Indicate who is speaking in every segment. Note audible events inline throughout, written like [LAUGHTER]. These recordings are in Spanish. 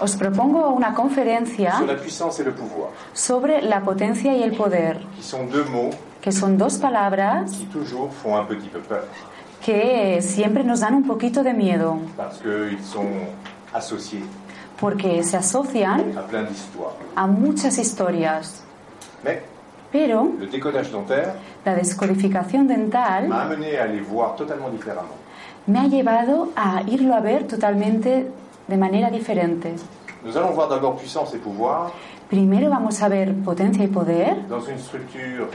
Speaker 1: Os propongo una conferencia
Speaker 2: sur la puissance et le pouvoir,
Speaker 1: sobre la potencia y el poder,
Speaker 2: qui sont deux mots
Speaker 1: que son dos palabras
Speaker 2: qui toujours font un petit peu peur,
Speaker 1: que siempre nos dan un poquito de miedo,
Speaker 2: parce qu'ils sont associés
Speaker 1: porque se asocian
Speaker 2: à plein d'histoires.
Speaker 1: a muchas historias.
Speaker 2: Mais
Speaker 1: Pero
Speaker 2: le décodage dentaire
Speaker 1: la descodificación dental
Speaker 2: m'a amené à les voir totalement différemment.
Speaker 1: me ha llevado a irlo a ver totalmente de manera diferente.
Speaker 2: Nous allons voir d'abord puissance et pouvoir
Speaker 1: Primero vamos a ver potencia y poder
Speaker 2: dans une structure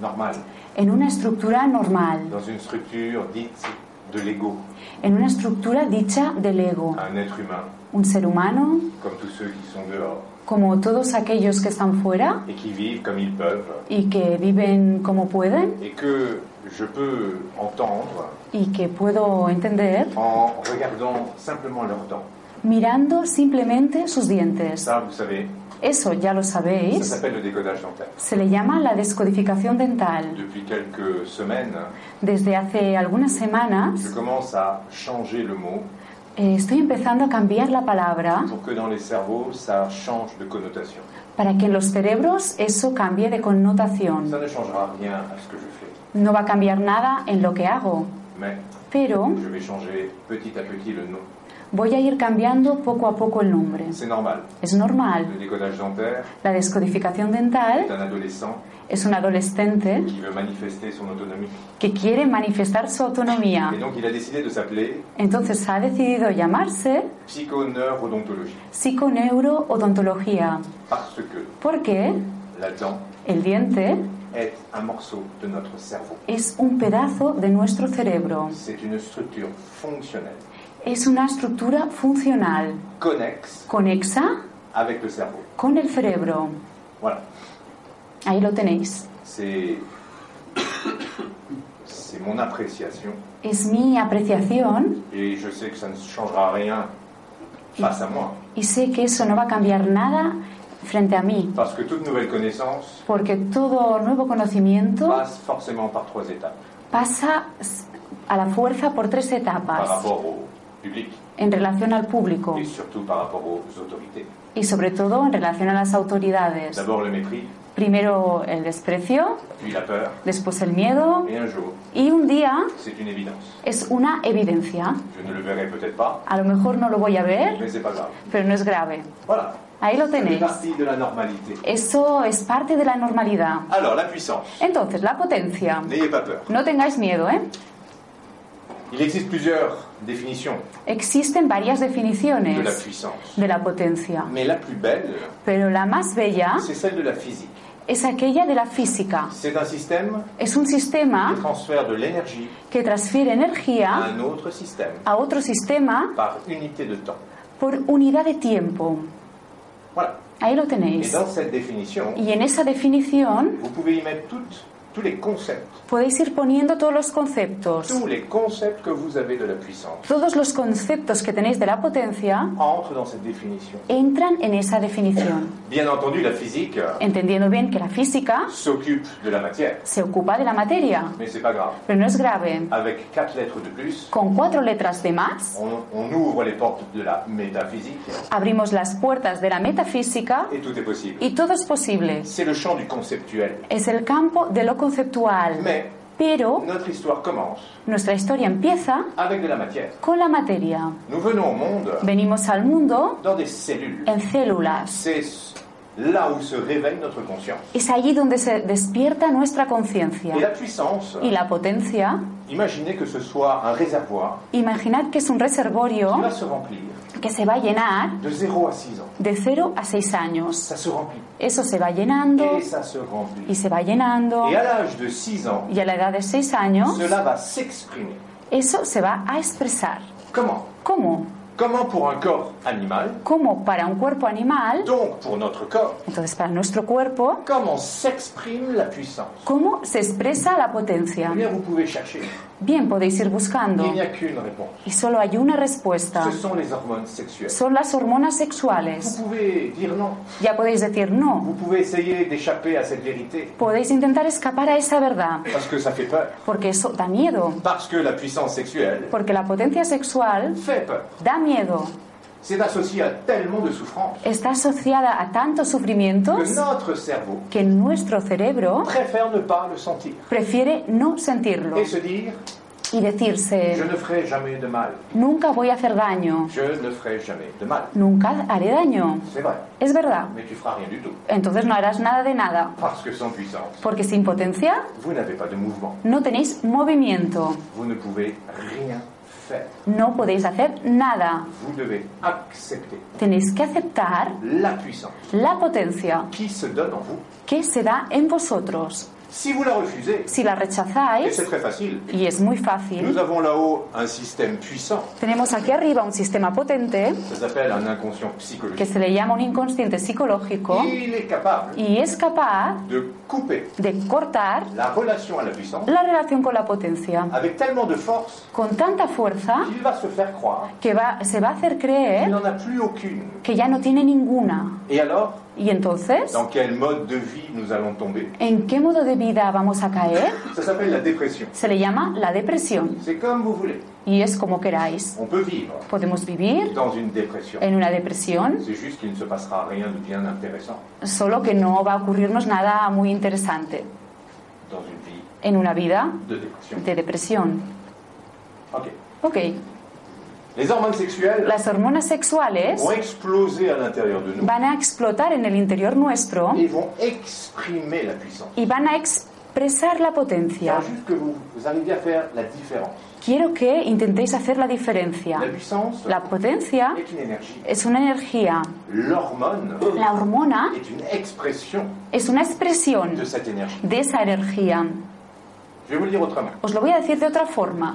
Speaker 2: normale,
Speaker 1: en una estructura normal,
Speaker 2: dans une structure dite de l'ego,
Speaker 1: en una estructura dicha del ego,
Speaker 2: un être humain,
Speaker 1: un ser humano,
Speaker 2: comme tous ceux qui sont dehors
Speaker 1: como todos aquellos que están fuera
Speaker 2: et qui vivent comme ils peuvent,
Speaker 1: y que viven como pueden
Speaker 2: et que je peux entendre
Speaker 1: y que puedo entender
Speaker 2: en regardant simplement leurs dents.
Speaker 1: mirando simplemente sus dientes.
Speaker 2: Ça, vous savez,
Speaker 1: Eso ya lo
Speaker 2: ça
Speaker 1: sabéis.
Speaker 2: s'appelle le décodage dentaire.
Speaker 1: Se le llama la descodificación dental.
Speaker 2: Depuis quelques semaines,
Speaker 1: Desde hace algunas semanas
Speaker 2: je commence à changer le mot
Speaker 1: eh, estoy empezando a cambiar la palabra
Speaker 2: pour que dans les cerveaux, ça change de connotation.
Speaker 1: para que en los cerebros eso cambie de connotación.
Speaker 2: Ça ne changera rien à ce que je fais,
Speaker 1: No va a cambiar nada en lo que hago,
Speaker 2: mais
Speaker 1: pero
Speaker 2: je vais changer petit à petit le nom.
Speaker 1: voy a ir cambiando poco a poco el nombre.
Speaker 2: C'est normal.
Speaker 1: Es normal.
Speaker 2: Le décodage dentaire
Speaker 1: La descodificación
Speaker 2: est
Speaker 1: dental
Speaker 2: un adolescent
Speaker 1: es un adolescente
Speaker 2: qui veut manifester son autonomie.
Speaker 1: que quiere manifestar su autonomía.
Speaker 2: Et donc, il a décidé de s'appeler
Speaker 1: Entonces ha decidido llamarse
Speaker 2: psychoneurodontologie.
Speaker 1: psiconeuroodontología,
Speaker 2: Parce que
Speaker 1: porque
Speaker 2: la dent
Speaker 1: el diente
Speaker 2: est un morceau de notre cerveau.
Speaker 1: es un pedazo de nuestro cerebro,
Speaker 2: C'est une structure fonctionnelle,
Speaker 1: es una estructura funcional,
Speaker 2: connexe
Speaker 1: conexa
Speaker 2: avec le cerveau.
Speaker 1: con el cerebro.
Speaker 2: Voilà.
Speaker 1: Ahí lo tenéis.
Speaker 2: C'est. C'est mon appréciation.
Speaker 1: Es mi apreciación
Speaker 2: Et je sais que ça ne changera rien face à moi.
Speaker 1: y sé que eso no va a cambiar nada frente a mí,
Speaker 2: Parce que toute nouvelle connaissance
Speaker 1: porque todo nuevo conocimiento
Speaker 2: passe forcément par trois étapes
Speaker 1: pasa a la fuerza por tres
Speaker 2: par
Speaker 1: etapas
Speaker 2: rapport au public
Speaker 1: en relación al público
Speaker 2: et surtout par rapport aux autorités.
Speaker 1: y sobre todo en relación a las autoridades.
Speaker 2: D'abord le mépris,
Speaker 1: Primero el desprecio,
Speaker 2: puis la peur.
Speaker 1: después el miedo
Speaker 2: Et un jour,
Speaker 1: y un día
Speaker 2: c'est une évidence.
Speaker 1: es una evidencia.
Speaker 2: Je ne le verrai peut-être pas,
Speaker 1: A lo mejor no lo voy a ver,
Speaker 2: mais c'est pas grave.
Speaker 1: pero no es grave.
Speaker 2: Voilà.
Speaker 1: Ahí lo
Speaker 2: C'est
Speaker 1: tenéis.
Speaker 2: partie de la normalité.
Speaker 1: Eso es parte de la normalidad.
Speaker 2: Alors, la puissance.
Speaker 1: Entonces, la potencia.
Speaker 2: N'ayez pas peur.
Speaker 1: No tengáis miedo, ¿eh?
Speaker 2: Il existe plusieurs définitions
Speaker 1: Existen varias
Speaker 2: de la
Speaker 1: definiciones
Speaker 2: puissance.
Speaker 1: de la potencia,
Speaker 2: Mais la plus belle,
Speaker 1: pero la más bella
Speaker 2: c'est celle de la physique.
Speaker 1: es aquella de la física.
Speaker 2: C'est un système
Speaker 1: Es un
Speaker 2: qui
Speaker 1: sistema
Speaker 2: transfère de l'énergie
Speaker 1: que transfiere
Speaker 2: à
Speaker 1: energía
Speaker 2: un autre système
Speaker 1: a otro sistema
Speaker 2: par unité de temps.
Speaker 1: por unidad de tiempo.
Speaker 2: Voilà.
Speaker 1: Ahí lo
Speaker 2: Et
Speaker 1: tenéis.
Speaker 2: dans cette définition,
Speaker 1: Y en esa definición
Speaker 2: vous pouvez y mettre toutes- tous les concepts,
Speaker 1: podéis ir poniendo todos los conceptos.
Speaker 2: tous les concepts que vous avez de la puissance
Speaker 1: Todos los conceptos que tenéis de la potencia
Speaker 2: entrent dans cette définition.
Speaker 1: entran en esa definición.
Speaker 2: Bien entendu, la physique euh,
Speaker 1: Entendiendo bien que la física
Speaker 2: s'occupe de la matière,
Speaker 1: se ocupa de la materia,
Speaker 2: mais c'est pas grave.
Speaker 1: pero no es grave.
Speaker 2: Avec quatre lettres de plus,
Speaker 1: Con cuatro letras de más,
Speaker 2: on, on ouvre les portes de la métaphysique
Speaker 1: abrimos las puertas de la metafísica
Speaker 2: et tout est possible.
Speaker 1: y todo es posible.
Speaker 2: C'est le champ du conceptuel.
Speaker 1: Es el campo de lo conceptual.
Speaker 2: Mais
Speaker 1: Pero
Speaker 2: notre histoire commence
Speaker 1: nuestra historia empieza
Speaker 2: avec de la matière.
Speaker 1: con la materia.
Speaker 2: Nous venons au monde
Speaker 1: Venimos al mundo
Speaker 2: dans des cellules.
Speaker 1: en células.
Speaker 2: C'est là où se révèle notre conscience.
Speaker 1: Es allí donde se despierta nuestra
Speaker 2: Et la
Speaker 1: conciencia.
Speaker 2: puissance,
Speaker 1: Y la potencia,
Speaker 2: imaginez que ce soit un réservoir
Speaker 1: imaginad que es un
Speaker 2: qui
Speaker 1: reservorio
Speaker 2: va se remplir
Speaker 1: que se va a llenar
Speaker 2: de 0 à 6 ans.
Speaker 1: de 0 a 6 años.
Speaker 2: Ça se remplit.
Speaker 1: Eso se va llenando
Speaker 2: Et ça se remplit.
Speaker 1: y se va llenando.
Speaker 2: Et à l'âge de 6 ans,
Speaker 1: Y a la edad de 6 años,
Speaker 2: cela va s'exprimer.
Speaker 1: eso se va a expresar.
Speaker 2: Comment
Speaker 1: ¿Cómo?
Speaker 2: Comment pour un corps animal,
Speaker 1: Como para un cuerpo animal,
Speaker 2: donc pour notre corps,
Speaker 1: entonces para nuestro cuerpo,
Speaker 2: comment s'exprime la puissance
Speaker 1: ¿cómo se expresa la
Speaker 2: Eh
Speaker 1: potencia?
Speaker 2: bien, vous pouvez chercher.
Speaker 1: Bien, podéis ir
Speaker 2: Il
Speaker 1: buscando.
Speaker 2: n'y a qu'une réponse.
Speaker 1: Y solo hay una respuesta.
Speaker 2: Ce sont les hormones sexuelles.
Speaker 1: Son las hormonas
Speaker 2: Vous
Speaker 1: sexuales.
Speaker 2: pouvez dire non.
Speaker 1: Ya podéis decir no.
Speaker 2: Vous pouvez essayer d'échapper à cette vérité
Speaker 1: Podéis intentar escapar a esa verdad,
Speaker 2: parce que ça fait peur.
Speaker 1: porque eso da miedo.
Speaker 2: Parce que la puissance sexuelle
Speaker 1: Porque la potencia sexual
Speaker 2: fait peur.
Speaker 1: da miedo.
Speaker 2: c'est associé à tellement de souffrance
Speaker 1: Está asociada a tantos
Speaker 2: que
Speaker 1: sufrimientos
Speaker 2: notre cerveau
Speaker 1: que nuestro cerebro
Speaker 2: préfère ne pas le sentir
Speaker 1: prefiere no sentirlo
Speaker 2: et se dire je
Speaker 1: y decirse,
Speaker 2: ne ferai jamais de mal,
Speaker 1: nunca voy a hacer daño,
Speaker 2: je ne ferai jamais de mal.
Speaker 1: nunca haré daño.
Speaker 2: C'est vrai,
Speaker 1: Es verdad.
Speaker 2: mais tu feras rien du tout
Speaker 1: Entonces no harás nada de nada,
Speaker 2: parce que sans puissance,
Speaker 1: porque sin potencia
Speaker 2: vous n'avez pas de mouvement,
Speaker 1: no tenéis movimiento,
Speaker 2: vous ne pouvez rien faire.
Speaker 1: no podéis hacer nada.
Speaker 2: Vous devez accepter
Speaker 1: Tenéis que aceptar
Speaker 2: la puissance
Speaker 1: la potencia
Speaker 2: qui se donne en vous.
Speaker 1: que se da en vosotros.
Speaker 2: Si vous la refusez,
Speaker 1: Si la
Speaker 2: et c'est
Speaker 1: rechazáis,
Speaker 2: très facile,
Speaker 1: y es muy
Speaker 2: nous
Speaker 1: fácil,
Speaker 2: avons là-haut un système puissant,
Speaker 1: tenemos aquí arriba un sistema potente
Speaker 2: ça s'appelle un inconscient
Speaker 1: que
Speaker 2: psychologique.
Speaker 1: se le llama un inconsciente psicológico
Speaker 2: Il est capable
Speaker 1: y es capaz
Speaker 2: de couper
Speaker 1: de cortar
Speaker 2: la relation à la puissance
Speaker 1: la relación con la potencia
Speaker 2: avec tellement de force
Speaker 1: con tanta fuerza
Speaker 2: qu'il va se faire croire
Speaker 1: que va- se va a hacer
Speaker 2: qu'il
Speaker 1: creer
Speaker 2: n'en a plus aucune.
Speaker 1: que ya no tiene ninguna.
Speaker 2: Et alors,
Speaker 1: Y entonces,
Speaker 2: dans quel mode de vie nous allons tomber
Speaker 1: ¿en qué modo de vida vamos a caer?
Speaker 2: Ça s'appelle la dépression.
Speaker 1: Se le llama la depresión
Speaker 2: C'est comme vous voulez.
Speaker 1: y es como queráis.
Speaker 2: On peut vivre
Speaker 1: Podemos vivir
Speaker 2: dans une dépression.
Speaker 1: en una depresión,
Speaker 2: C'est juste qu'il ne se passera rien de bien intéressant
Speaker 1: solo que no va a ocurrirnos nada muy interesante
Speaker 2: dans une vie
Speaker 1: en una vida
Speaker 2: de dépression.
Speaker 1: de depresión.
Speaker 2: Ok.
Speaker 1: Ok,
Speaker 2: Les hormones sexuelles
Speaker 1: las hormonas sexuales
Speaker 2: vont exploser à l'intérieur de nous
Speaker 1: van a explotar en el interior nuestro
Speaker 2: et vont exprimer la puissance.
Speaker 1: y van a expresar la potencia.
Speaker 2: Car juste que vous, vous arriviez à faire la différence.
Speaker 1: Quiero que intentéis hacer la diferencia.
Speaker 2: La puissance
Speaker 1: La potencia
Speaker 2: est une énergie.
Speaker 1: es una energía.
Speaker 2: L'hormone
Speaker 1: La hormona
Speaker 2: est une expression
Speaker 1: es una
Speaker 2: de
Speaker 1: expresión
Speaker 2: cette énergie.
Speaker 1: de esa energía.
Speaker 2: Je vais vous le dire autrement.
Speaker 1: Os lo voy a decir de otra forma.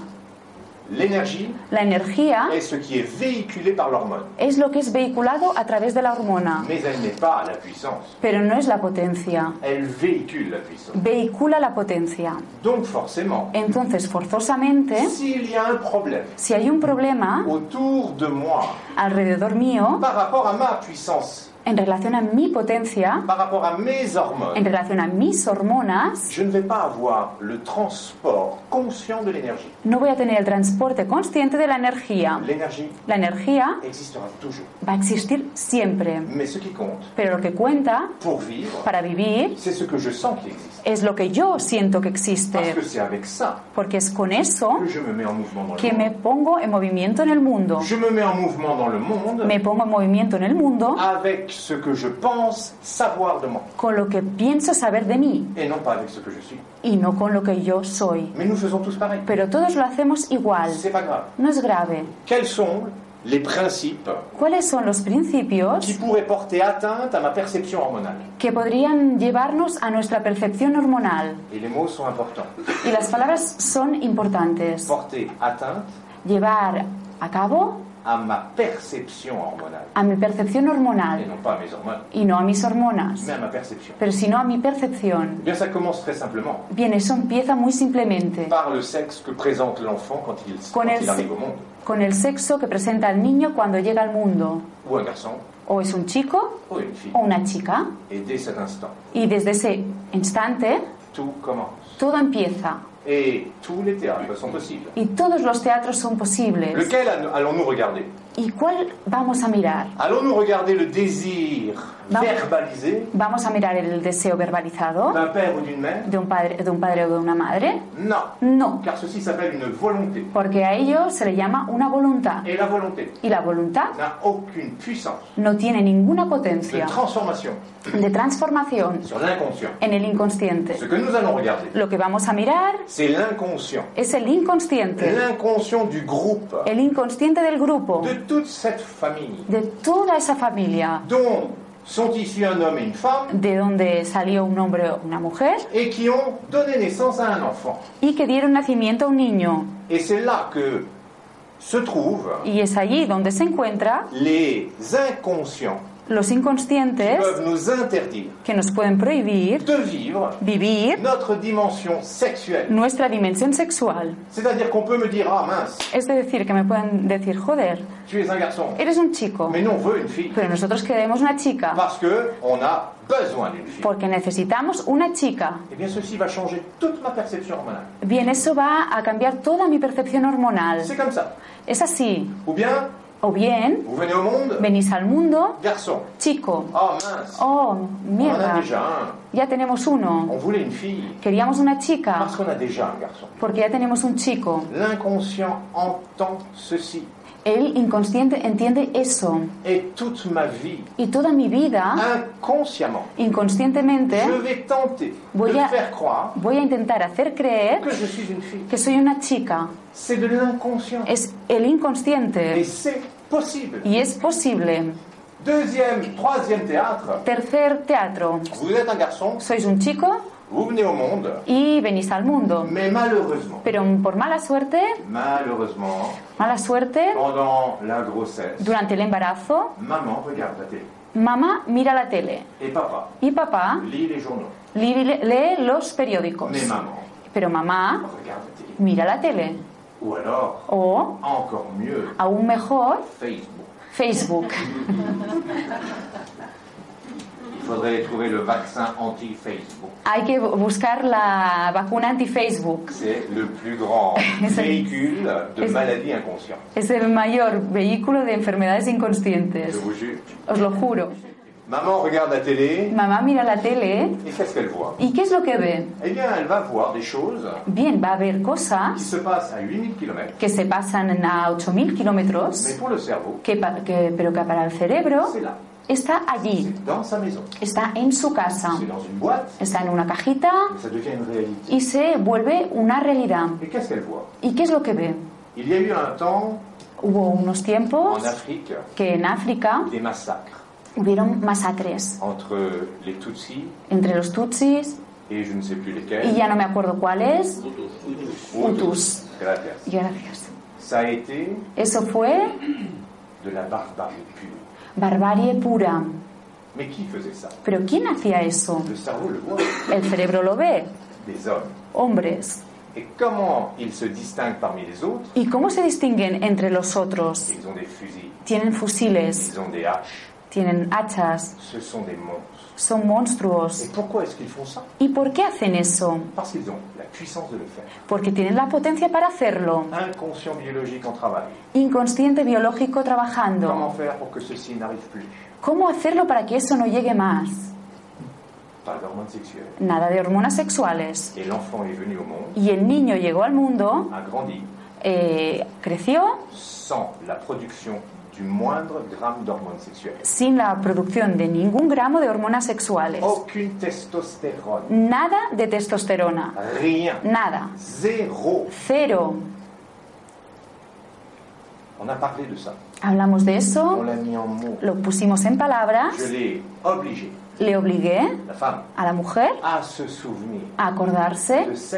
Speaker 2: L'énergie
Speaker 1: La energía
Speaker 2: est ce qui est véhiculé par l'hormone,
Speaker 1: es lo que es vehiculado a través de la hormona,
Speaker 2: mais elle n'est pas la puissance.
Speaker 1: pero no es la potencia.
Speaker 2: Elle véhicule la puissance.
Speaker 1: Vehicula la potencia.
Speaker 2: Donc forcément,
Speaker 1: Entonces, forzosamente,
Speaker 2: s'il y a un problème
Speaker 1: si hay un problema
Speaker 2: autour de moi
Speaker 1: alrededor mío
Speaker 2: par rapport à ma puissance,
Speaker 1: en relación a mi potencia,
Speaker 2: par rapport à mes
Speaker 1: en
Speaker 2: hormones,
Speaker 1: relación a mis hormonas,
Speaker 2: je ne vais pas avoir le transport conscient de l'énergie.
Speaker 1: no voy a tener el transporte consciente de la energía.
Speaker 2: L'énergie
Speaker 1: La energía
Speaker 2: existera toujours.
Speaker 1: va a existir siempre,
Speaker 2: Mais ce qui compte
Speaker 1: pero lo que cuenta
Speaker 2: pour vivre,
Speaker 1: para vivir
Speaker 2: c'est ce que je sens qui existe.
Speaker 1: es lo que yo siento que
Speaker 2: Parce
Speaker 1: existe,
Speaker 2: que c'est avec ça
Speaker 1: porque es con eso
Speaker 2: que je me mets en mouvement dans le
Speaker 1: que me
Speaker 2: monde.
Speaker 1: pongo en movimiento en el mundo.
Speaker 2: Je me mets en mouvement dans le monde
Speaker 1: Me pongo en movimiento en el mundo
Speaker 2: avec ce que je pense savoir de moi
Speaker 1: con lo que pienso saber de mí
Speaker 2: et non pas avec ce que je suis.
Speaker 1: y no con lo que yo soy.
Speaker 2: Mais nous faisons tous pareil.
Speaker 1: Pero todos lo hacemos igual.
Speaker 2: C'est pas grave.
Speaker 1: No es grave.
Speaker 2: Quels sont les principes
Speaker 1: ¿Cuáles son los
Speaker 2: qui
Speaker 1: principios
Speaker 2: pourraient porter atteinte à ma perception hormonale
Speaker 1: que podrían llevarnos a nuestra percepción hormonal?
Speaker 2: Et les mots sont importants.
Speaker 1: Y las palabras son importantes.
Speaker 2: Porter atteinte
Speaker 1: Llevar a cabo
Speaker 2: à ma perception hormonale.
Speaker 1: a mi percepción
Speaker 2: Et
Speaker 1: hormonal
Speaker 2: non pas à mes hormones,
Speaker 1: y no a mis hormonas,
Speaker 2: mais à ma perception.
Speaker 1: pero sino a mi percepción.
Speaker 2: Eh bien, ça commence très simplement
Speaker 1: Bien, eso empieza muy simplemente
Speaker 2: par le sexe que présente l'enfant quand il, quand
Speaker 1: Con el
Speaker 2: il arrive au monde.
Speaker 1: con el sexo que presenta el niño cuando llega al mundo.
Speaker 2: Ou un garçon,
Speaker 1: O es un chico
Speaker 2: ou une fille.
Speaker 1: o una chica.
Speaker 2: Et dès cet instant,
Speaker 1: Y desde ese instante
Speaker 2: tout commence.
Speaker 1: todo empieza
Speaker 2: Et tous les théâtres sont possibles.
Speaker 1: y todos los teatros son posibles.
Speaker 2: Lequel allons-nous regarder
Speaker 1: ¿Y cuál vamos a mirar?
Speaker 2: Allons-nous regarder le désir
Speaker 1: Non.
Speaker 2: verbalisé
Speaker 1: ¿Vamos a mirar el deseo verbalizado
Speaker 2: d'un père ou d'une mère
Speaker 1: de un padre, de un padre o de una madre?
Speaker 2: Non,
Speaker 1: No,
Speaker 2: car ceci s'appelle une volonté.
Speaker 1: porque a ello se le llama una voluntad.
Speaker 2: Et la volonté
Speaker 1: Y la voluntad
Speaker 2: n'a aucune puissance
Speaker 1: no tiene ninguna
Speaker 2: de
Speaker 1: potencia
Speaker 2: transformation
Speaker 1: de transformación
Speaker 2: sur l'inconscient.
Speaker 1: en el inconsciente.
Speaker 2: Ce que nous allons regarder,
Speaker 1: Lo que vamos a mirar
Speaker 2: c'est l'inconscient.
Speaker 1: es el inconsciente,
Speaker 2: L'inconscient du groupe,
Speaker 1: el inconsciente del grupo,
Speaker 2: de toute cette famille,
Speaker 1: de toda esa familia,
Speaker 2: dont sont issus un homme et une femme,
Speaker 1: de donde salió un hombre o una mujer
Speaker 2: et qui ont donné naissance à un enfant.
Speaker 1: y que dieron nacimiento a un niño.
Speaker 2: Et c'est là que se trouvent
Speaker 1: Y es allí donde se encuentra
Speaker 2: les inconscients
Speaker 1: los
Speaker 2: qui
Speaker 1: inconscientes
Speaker 2: peuvent nous interdire
Speaker 1: que nos pueden prohibir
Speaker 2: de vivre
Speaker 1: vivir
Speaker 2: notre dimension sexuelle.
Speaker 1: nuestra dimensión sexual.
Speaker 2: C'est-à-dire qu'on peut me dire Ah mince,
Speaker 1: Es decir, que me pueden decir, joder,
Speaker 2: tu es un garçon,
Speaker 1: eres un chico,
Speaker 2: mais nous on veut une fille
Speaker 1: pero nosotros queremos una chica
Speaker 2: parce que on a besoin d'une fille.
Speaker 1: porque necesitamos una chica.
Speaker 2: Eh bien, ceci va changer toute ma perception hormonale.
Speaker 1: Bien, eso va a cambiar toda mi percepción hormonal.
Speaker 2: C'est comme ça.
Speaker 1: Es así.
Speaker 2: Ou bien,
Speaker 1: O bien,
Speaker 2: Vous venez au monde
Speaker 1: venís al mundo,
Speaker 2: Garçon.
Speaker 1: chico.
Speaker 2: Ah mince.
Speaker 1: Oh,
Speaker 2: on en a
Speaker 1: mierda,
Speaker 2: déjà un.
Speaker 1: ya tenemos uno.
Speaker 2: On voulait une fille.
Speaker 1: Queríamos una chica,
Speaker 2: Parce qu'on a déjà un garçon.
Speaker 1: porque ya tenemos un chico.
Speaker 2: L'inconscient entend ceci.
Speaker 1: El inconsciente entiende eso.
Speaker 2: Et toute ma vie,
Speaker 1: Y toda mi
Speaker 2: Ah.
Speaker 1: vida,
Speaker 2: inconsciemment,
Speaker 1: inconscientemente,
Speaker 2: je vais tenter de
Speaker 1: Voy a-
Speaker 2: faire croire
Speaker 1: voy a intentar hacer creer
Speaker 2: que je suis une fille.
Speaker 1: que soy una chica.
Speaker 2: C'est de l'inconscient.
Speaker 1: Es el
Speaker 2: Et
Speaker 1: inconsciente.
Speaker 2: c'est possible.
Speaker 1: Y es posible.
Speaker 2: Deuxième, troisième théâtre.
Speaker 1: Tercer teatro.
Speaker 2: Vous êtes un garçon,
Speaker 1: Sois un chico
Speaker 2: vous venez au monde,
Speaker 1: y venís al mundo.
Speaker 2: mais malheureusement,
Speaker 1: Pero por mala suerte,
Speaker 2: malheureusement,
Speaker 1: mala suerte,
Speaker 2: pendant la grossesse,
Speaker 1: durante el embarazo,
Speaker 2: maman regarde la télé
Speaker 1: mamá mira la tele
Speaker 2: et papa
Speaker 1: y papá
Speaker 2: lit les journaux.
Speaker 1: li- lee los periódicos.
Speaker 2: Mais maman
Speaker 1: Pero mamá
Speaker 2: regarde la télé.
Speaker 1: mira la tele.
Speaker 2: Ou alors,
Speaker 1: O,
Speaker 2: encore mieux,
Speaker 1: aún mejor,
Speaker 2: Facebook.
Speaker 1: Facebook.
Speaker 2: Il faudrait trouver le vaccin anti-Facebook.
Speaker 1: Hay que bu- buscar la vacuna anti-Facebook.
Speaker 2: C'est le plus grand
Speaker 1: [LAUGHS] Est-ce-
Speaker 2: véhicule de
Speaker 1: est-ce-
Speaker 2: maladies inconscientes.
Speaker 1: Es el mayor vehículo de enfermedades
Speaker 2: Je
Speaker 1: inconscientes.
Speaker 2: vous jure.
Speaker 1: Os lo juro.
Speaker 2: Maman regarde la télé
Speaker 1: Mamá mira la tele
Speaker 2: et qu'est-ce qu'elle voit
Speaker 1: y ¿qué es lo que ve?
Speaker 2: Eh bien, elle va voir des choses
Speaker 1: Bien, va a haber
Speaker 2: qui
Speaker 1: cosas
Speaker 2: se passent à 8000 km,
Speaker 1: que se pasan a 8.000
Speaker 2: mais
Speaker 1: kilómetros,
Speaker 2: pour le cerveau,
Speaker 1: que pa- que- pero que para el cerebro
Speaker 2: c'est là,
Speaker 1: está allí,
Speaker 2: dans sa maison,
Speaker 1: está en su casa,
Speaker 2: c'est dans une boîte,
Speaker 1: está en una cajita
Speaker 2: mais ça devient une réalité.
Speaker 1: y se vuelve una realidad.
Speaker 2: Et qu'est-ce qu'elle voit
Speaker 1: ¿Y qué es lo que ve?
Speaker 2: Il y a eu un temps
Speaker 1: Hubo unos
Speaker 2: en
Speaker 1: tiempos
Speaker 2: Afrique
Speaker 1: que en África
Speaker 2: des massacres
Speaker 1: hubieron masacres
Speaker 2: entre les Tutsis
Speaker 1: entre los tutsis
Speaker 2: et je ne sais plus
Speaker 1: y
Speaker 2: lesquels.
Speaker 1: ya no me acuerdo cuáles.
Speaker 2: Hutus. Gracias.
Speaker 1: Gracias.
Speaker 2: Ça a été
Speaker 1: Eso fue
Speaker 2: de la barbarie pure.
Speaker 1: barbarie pura.
Speaker 2: Mais qui faisait ça
Speaker 1: Pero ¿quién hacía eso?
Speaker 2: Le cerveau le voit,
Speaker 1: El cerebro lo ve,
Speaker 2: des hommes.
Speaker 1: hombres.
Speaker 2: Et comment ils se distinguent parmi les autres
Speaker 1: ¿Y cómo se distinguen entre los otros?
Speaker 2: Ils ont des fusils,
Speaker 1: Tienen fusiles,
Speaker 2: ils ont des haches,
Speaker 1: tienen hachas,
Speaker 2: ce sont des monstres.
Speaker 1: son
Speaker 2: Et
Speaker 1: monstruos.
Speaker 2: pourquoi est-ce qu'ils font ça
Speaker 1: ¿Y por qué hacen eso?
Speaker 2: Parce qu'ils ont la puissance de le faire.
Speaker 1: Porque tienen la potencia para hacerlo.
Speaker 2: Inconscient biologique en travail.
Speaker 1: Inconsciente biológico trabajando.
Speaker 2: Comment faire pour que ceci n'arrive plus
Speaker 1: ¿Cómo hacerlo para que eso no llegue más?
Speaker 2: Pas d'hormones sexuelles.
Speaker 1: Nada de hormonas sexuales.
Speaker 2: Et l'enfant est venu au monde,
Speaker 1: Y el niño llegó al mundo,
Speaker 2: a grandi,
Speaker 1: eh, creció
Speaker 2: sans la production du moindre gramme d'hormones sexuelles.
Speaker 1: sin la producción de ningún gramo de hormonas sexuales.
Speaker 2: Aucune testostérone.
Speaker 1: Nada de testosterona.
Speaker 2: Rien.
Speaker 1: Nada.
Speaker 2: Zéro.
Speaker 1: Cero.
Speaker 2: On a parlé de ça.
Speaker 1: Hablamos de
Speaker 2: On
Speaker 1: eso,
Speaker 2: l'a mis en mots.
Speaker 1: lo pusimos en palabras,
Speaker 2: Je l'ai obligé,
Speaker 1: le obligué
Speaker 2: la femme,
Speaker 1: a la mujer
Speaker 2: à se souvenir
Speaker 1: a
Speaker 2: de
Speaker 1: acordarse
Speaker 2: cet instant.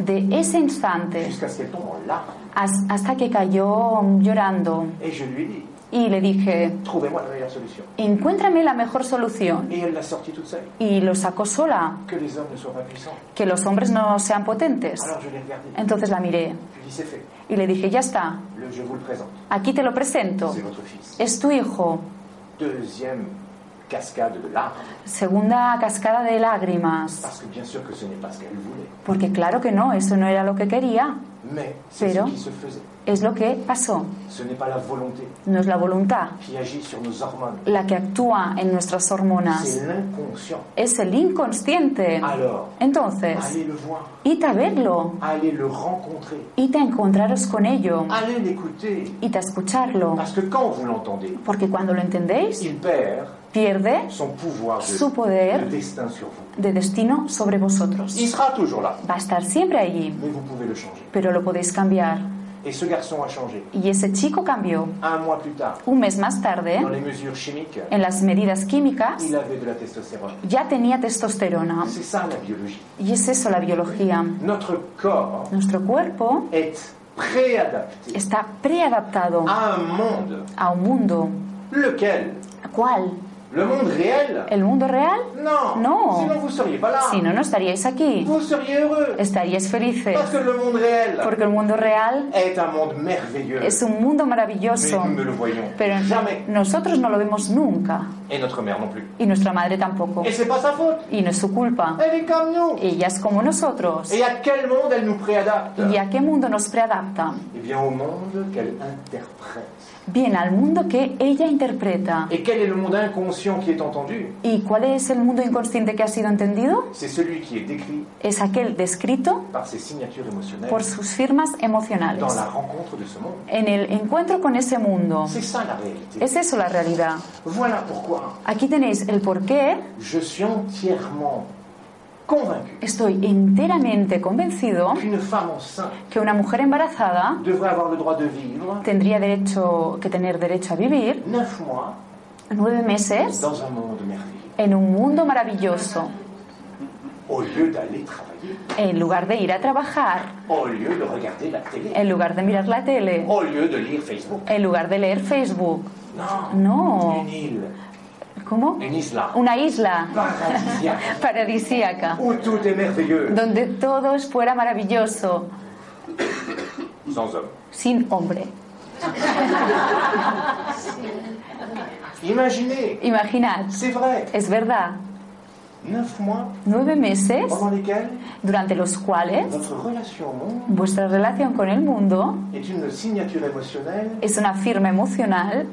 Speaker 1: de ese instante
Speaker 2: Jusqu'à ce qu'elle tombe en larmes.
Speaker 1: has- hasta que cayó llorando.
Speaker 2: Et je lui ai dit,
Speaker 1: Y le dije,
Speaker 2: trouvez-moi la meilleure solution.
Speaker 1: encuéntrame la mejor solución.
Speaker 2: Et elle l'a sortie toute seule.
Speaker 1: Y lo sacó sola,
Speaker 2: Que les hommes ne soient pas puissants.
Speaker 1: que los hombres no sean potentes.
Speaker 2: Alors je l'ai regardée.
Speaker 1: Entonces la miré
Speaker 2: Je lui ai dit, c'est fait.
Speaker 1: y le dije, ya está,
Speaker 2: Le, je vous le présente.
Speaker 1: aquí te lo presento.
Speaker 2: C'est votre fils.
Speaker 1: Es tu hijo.
Speaker 2: Deuxième cascade de larmes.
Speaker 1: Segunda cascada de lágrimas.
Speaker 2: Parce que bien sûr que ce n'est pas ce qu'elle voulait.
Speaker 1: Porque claro que no, eso no era lo que quería.
Speaker 2: Mais c'est
Speaker 1: Pero-
Speaker 2: ce qui se faisait.
Speaker 1: Es lo que pasó.
Speaker 2: Ce n'est pas la volonté
Speaker 1: No es la voluntad
Speaker 2: qui agit sur nos hormones.
Speaker 1: la que actúa en nuestras hormonas.
Speaker 2: C'est l'inconscient.
Speaker 1: Es el inconsciente.
Speaker 2: Alors,
Speaker 1: Entonces,
Speaker 2: allez le voir.
Speaker 1: id a verlo.
Speaker 2: Allez le rencontrer.
Speaker 1: Id a encontraros con ello.
Speaker 2: Allez l'écouter.
Speaker 1: Id a escucharlo.
Speaker 2: Parce que quand vous l'entendez,
Speaker 1: Porque cuando lo entendéis,
Speaker 2: il perd
Speaker 1: pierde
Speaker 2: son pouvoir de,
Speaker 1: Su poder.
Speaker 2: de destin sur vous.
Speaker 1: de destino sobre vosotros.
Speaker 2: Il sera toujours là,
Speaker 1: Va a estar siempre allí,
Speaker 2: mais vous pouvez le changer.
Speaker 1: pero lo podéis cambiar.
Speaker 2: Et ce garçon a changé.
Speaker 1: Y ese chico cambió.
Speaker 2: Un mois plus tard,
Speaker 1: Un mes más
Speaker 2: dans
Speaker 1: tarde,
Speaker 2: les mesures chimiques,
Speaker 1: en las medidas químicas,
Speaker 2: il avait de la testostérone.
Speaker 1: ya tenía testosterona.
Speaker 2: C'est ça la biologie.
Speaker 1: Y es eso la biología.
Speaker 2: Notre corps
Speaker 1: Nuestro cuerpo
Speaker 2: est préadapté
Speaker 1: está preadaptado
Speaker 2: à un monde,
Speaker 1: a un mundo.
Speaker 2: lequel
Speaker 1: ¿Cuál?
Speaker 2: Le monde réel
Speaker 1: ¿El mundo real?
Speaker 2: Non.
Speaker 1: Non.
Speaker 2: Sinon vous seriez pas là.
Speaker 1: Si no, no estaríais aquí.
Speaker 2: Vous seriez heureux.
Speaker 1: Estaríais felices.
Speaker 2: Parce que le monde réel
Speaker 1: Porque el mundo real
Speaker 2: est un monde merveilleux.
Speaker 1: es un mundo
Speaker 2: Mais
Speaker 1: maravilloso.
Speaker 2: nous ne le voyons
Speaker 1: Pero
Speaker 2: jamais.
Speaker 1: nosotros no lo vemos nunca.
Speaker 2: Et notre mère non plus.
Speaker 1: Y nuestra madre tampoco.
Speaker 2: Et c'est pas sa faute.
Speaker 1: Y no es su culpa.
Speaker 2: Elle est comme nous.
Speaker 1: Ella es como nosotros.
Speaker 2: Et à quel monde elle nous préadapte
Speaker 1: ¿Y a qué mundo nos preadapta?
Speaker 2: Eh bien au monde qu'elle interprète.
Speaker 1: bien al mundo que ella interpreta.
Speaker 2: Et quel est le monde inconscient qui est entendu
Speaker 1: ¿Y cuál es el mundo inconsciente que ha sido entendido?
Speaker 2: C'est celui qui est décrit
Speaker 1: Es aquel descrito
Speaker 2: par ses signatures émotionnelles
Speaker 1: por sus firmas emocionales
Speaker 2: dans la rencontre de ce monde.
Speaker 1: en el encuentro con ese mundo.
Speaker 2: C'est ça la réalité.
Speaker 1: Es eso la realidad.
Speaker 2: Voilà pourquoi
Speaker 1: Aquí tenéis el por qué.
Speaker 2: je suis entièrement convaincu
Speaker 1: Estoy enteramente convencido
Speaker 2: qu'une femme enceinte
Speaker 1: que una mujer embarazada
Speaker 2: devrait avoir le droit de vivre
Speaker 1: tendría derecho que tener derecho a vivir
Speaker 2: neuf mois
Speaker 1: nueve meses
Speaker 2: dans un monde merveilleux
Speaker 1: en un mundo maravilloso,
Speaker 2: au lieu d'aller travailler,
Speaker 1: en lugar de ir a trabajar,
Speaker 2: au lieu de regarder la télé,
Speaker 1: en lugar de mirar la tele,
Speaker 2: au lieu de lire Facebook.
Speaker 1: en lugar de leer Facebook.
Speaker 2: Non,
Speaker 1: No,
Speaker 2: une île,
Speaker 1: ¿cómo?
Speaker 2: une isla
Speaker 1: Una isla
Speaker 2: paradisiaque
Speaker 1: paradisíaca
Speaker 2: où tout est merveilleux
Speaker 1: donde todo fuera maravilloso,
Speaker 2: sans homme.
Speaker 1: sin hombre.
Speaker 2: Imaginez,
Speaker 1: Imaginad,
Speaker 2: c'est vrai,
Speaker 1: es verdad,
Speaker 2: neuf mois
Speaker 1: nueve meses
Speaker 2: pendant lesquels
Speaker 1: durante los cuales
Speaker 2: votre relation au monde
Speaker 1: vuestra relación con el mundo
Speaker 2: est une signature émotionnelle
Speaker 1: es una firma emocional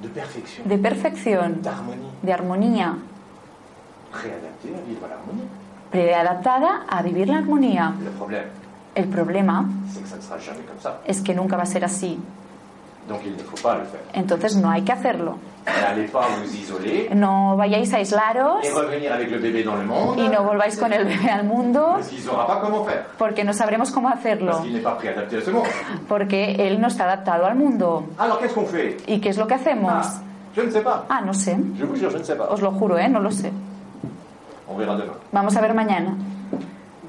Speaker 2: de perfection,
Speaker 1: de perfección,
Speaker 2: d'harmonie,
Speaker 1: de armonía,
Speaker 2: réadaptée à vivre l'harmonie.
Speaker 1: preadaptada a vivir la armonía.
Speaker 2: Le problème,
Speaker 1: El problema
Speaker 2: c'est que ça ne sera jamais comme ça.
Speaker 1: es que nunca va a ser así,
Speaker 2: Donc il ne faut pas le faire.
Speaker 1: entonces no hay que hacerlo.
Speaker 2: N'allez pas vous isoler
Speaker 1: No vayáis a aislaros
Speaker 2: et revenir avec le bébé dans le monde
Speaker 1: y no volváis con el bebé al mundo
Speaker 2: parce qu'il ne saura pas comment faire,
Speaker 1: porque no sabremos cómo
Speaker 2: parce
Speaker 1: hacerlo,
Speaker 2: qu'il n'est pas préadapté à ce monde.
Speaker 1: porque él no está adaptado al mundo.
Speaker 2: Alors qu'est-ce qu'on fait
Speaker 1: ¿Y qué es lo que hacemos?
Speaker 2: Ah, Je ne sais pas.
Speaker 1: Ah, no sé.
Speaker 2: Je vous jure, je ne sais pas.
Speaker 1: Os lo juro, ¿eh? No lo sé.
Speaker 2: On verra demain.
Speaker 1: Vamos a ver mañana.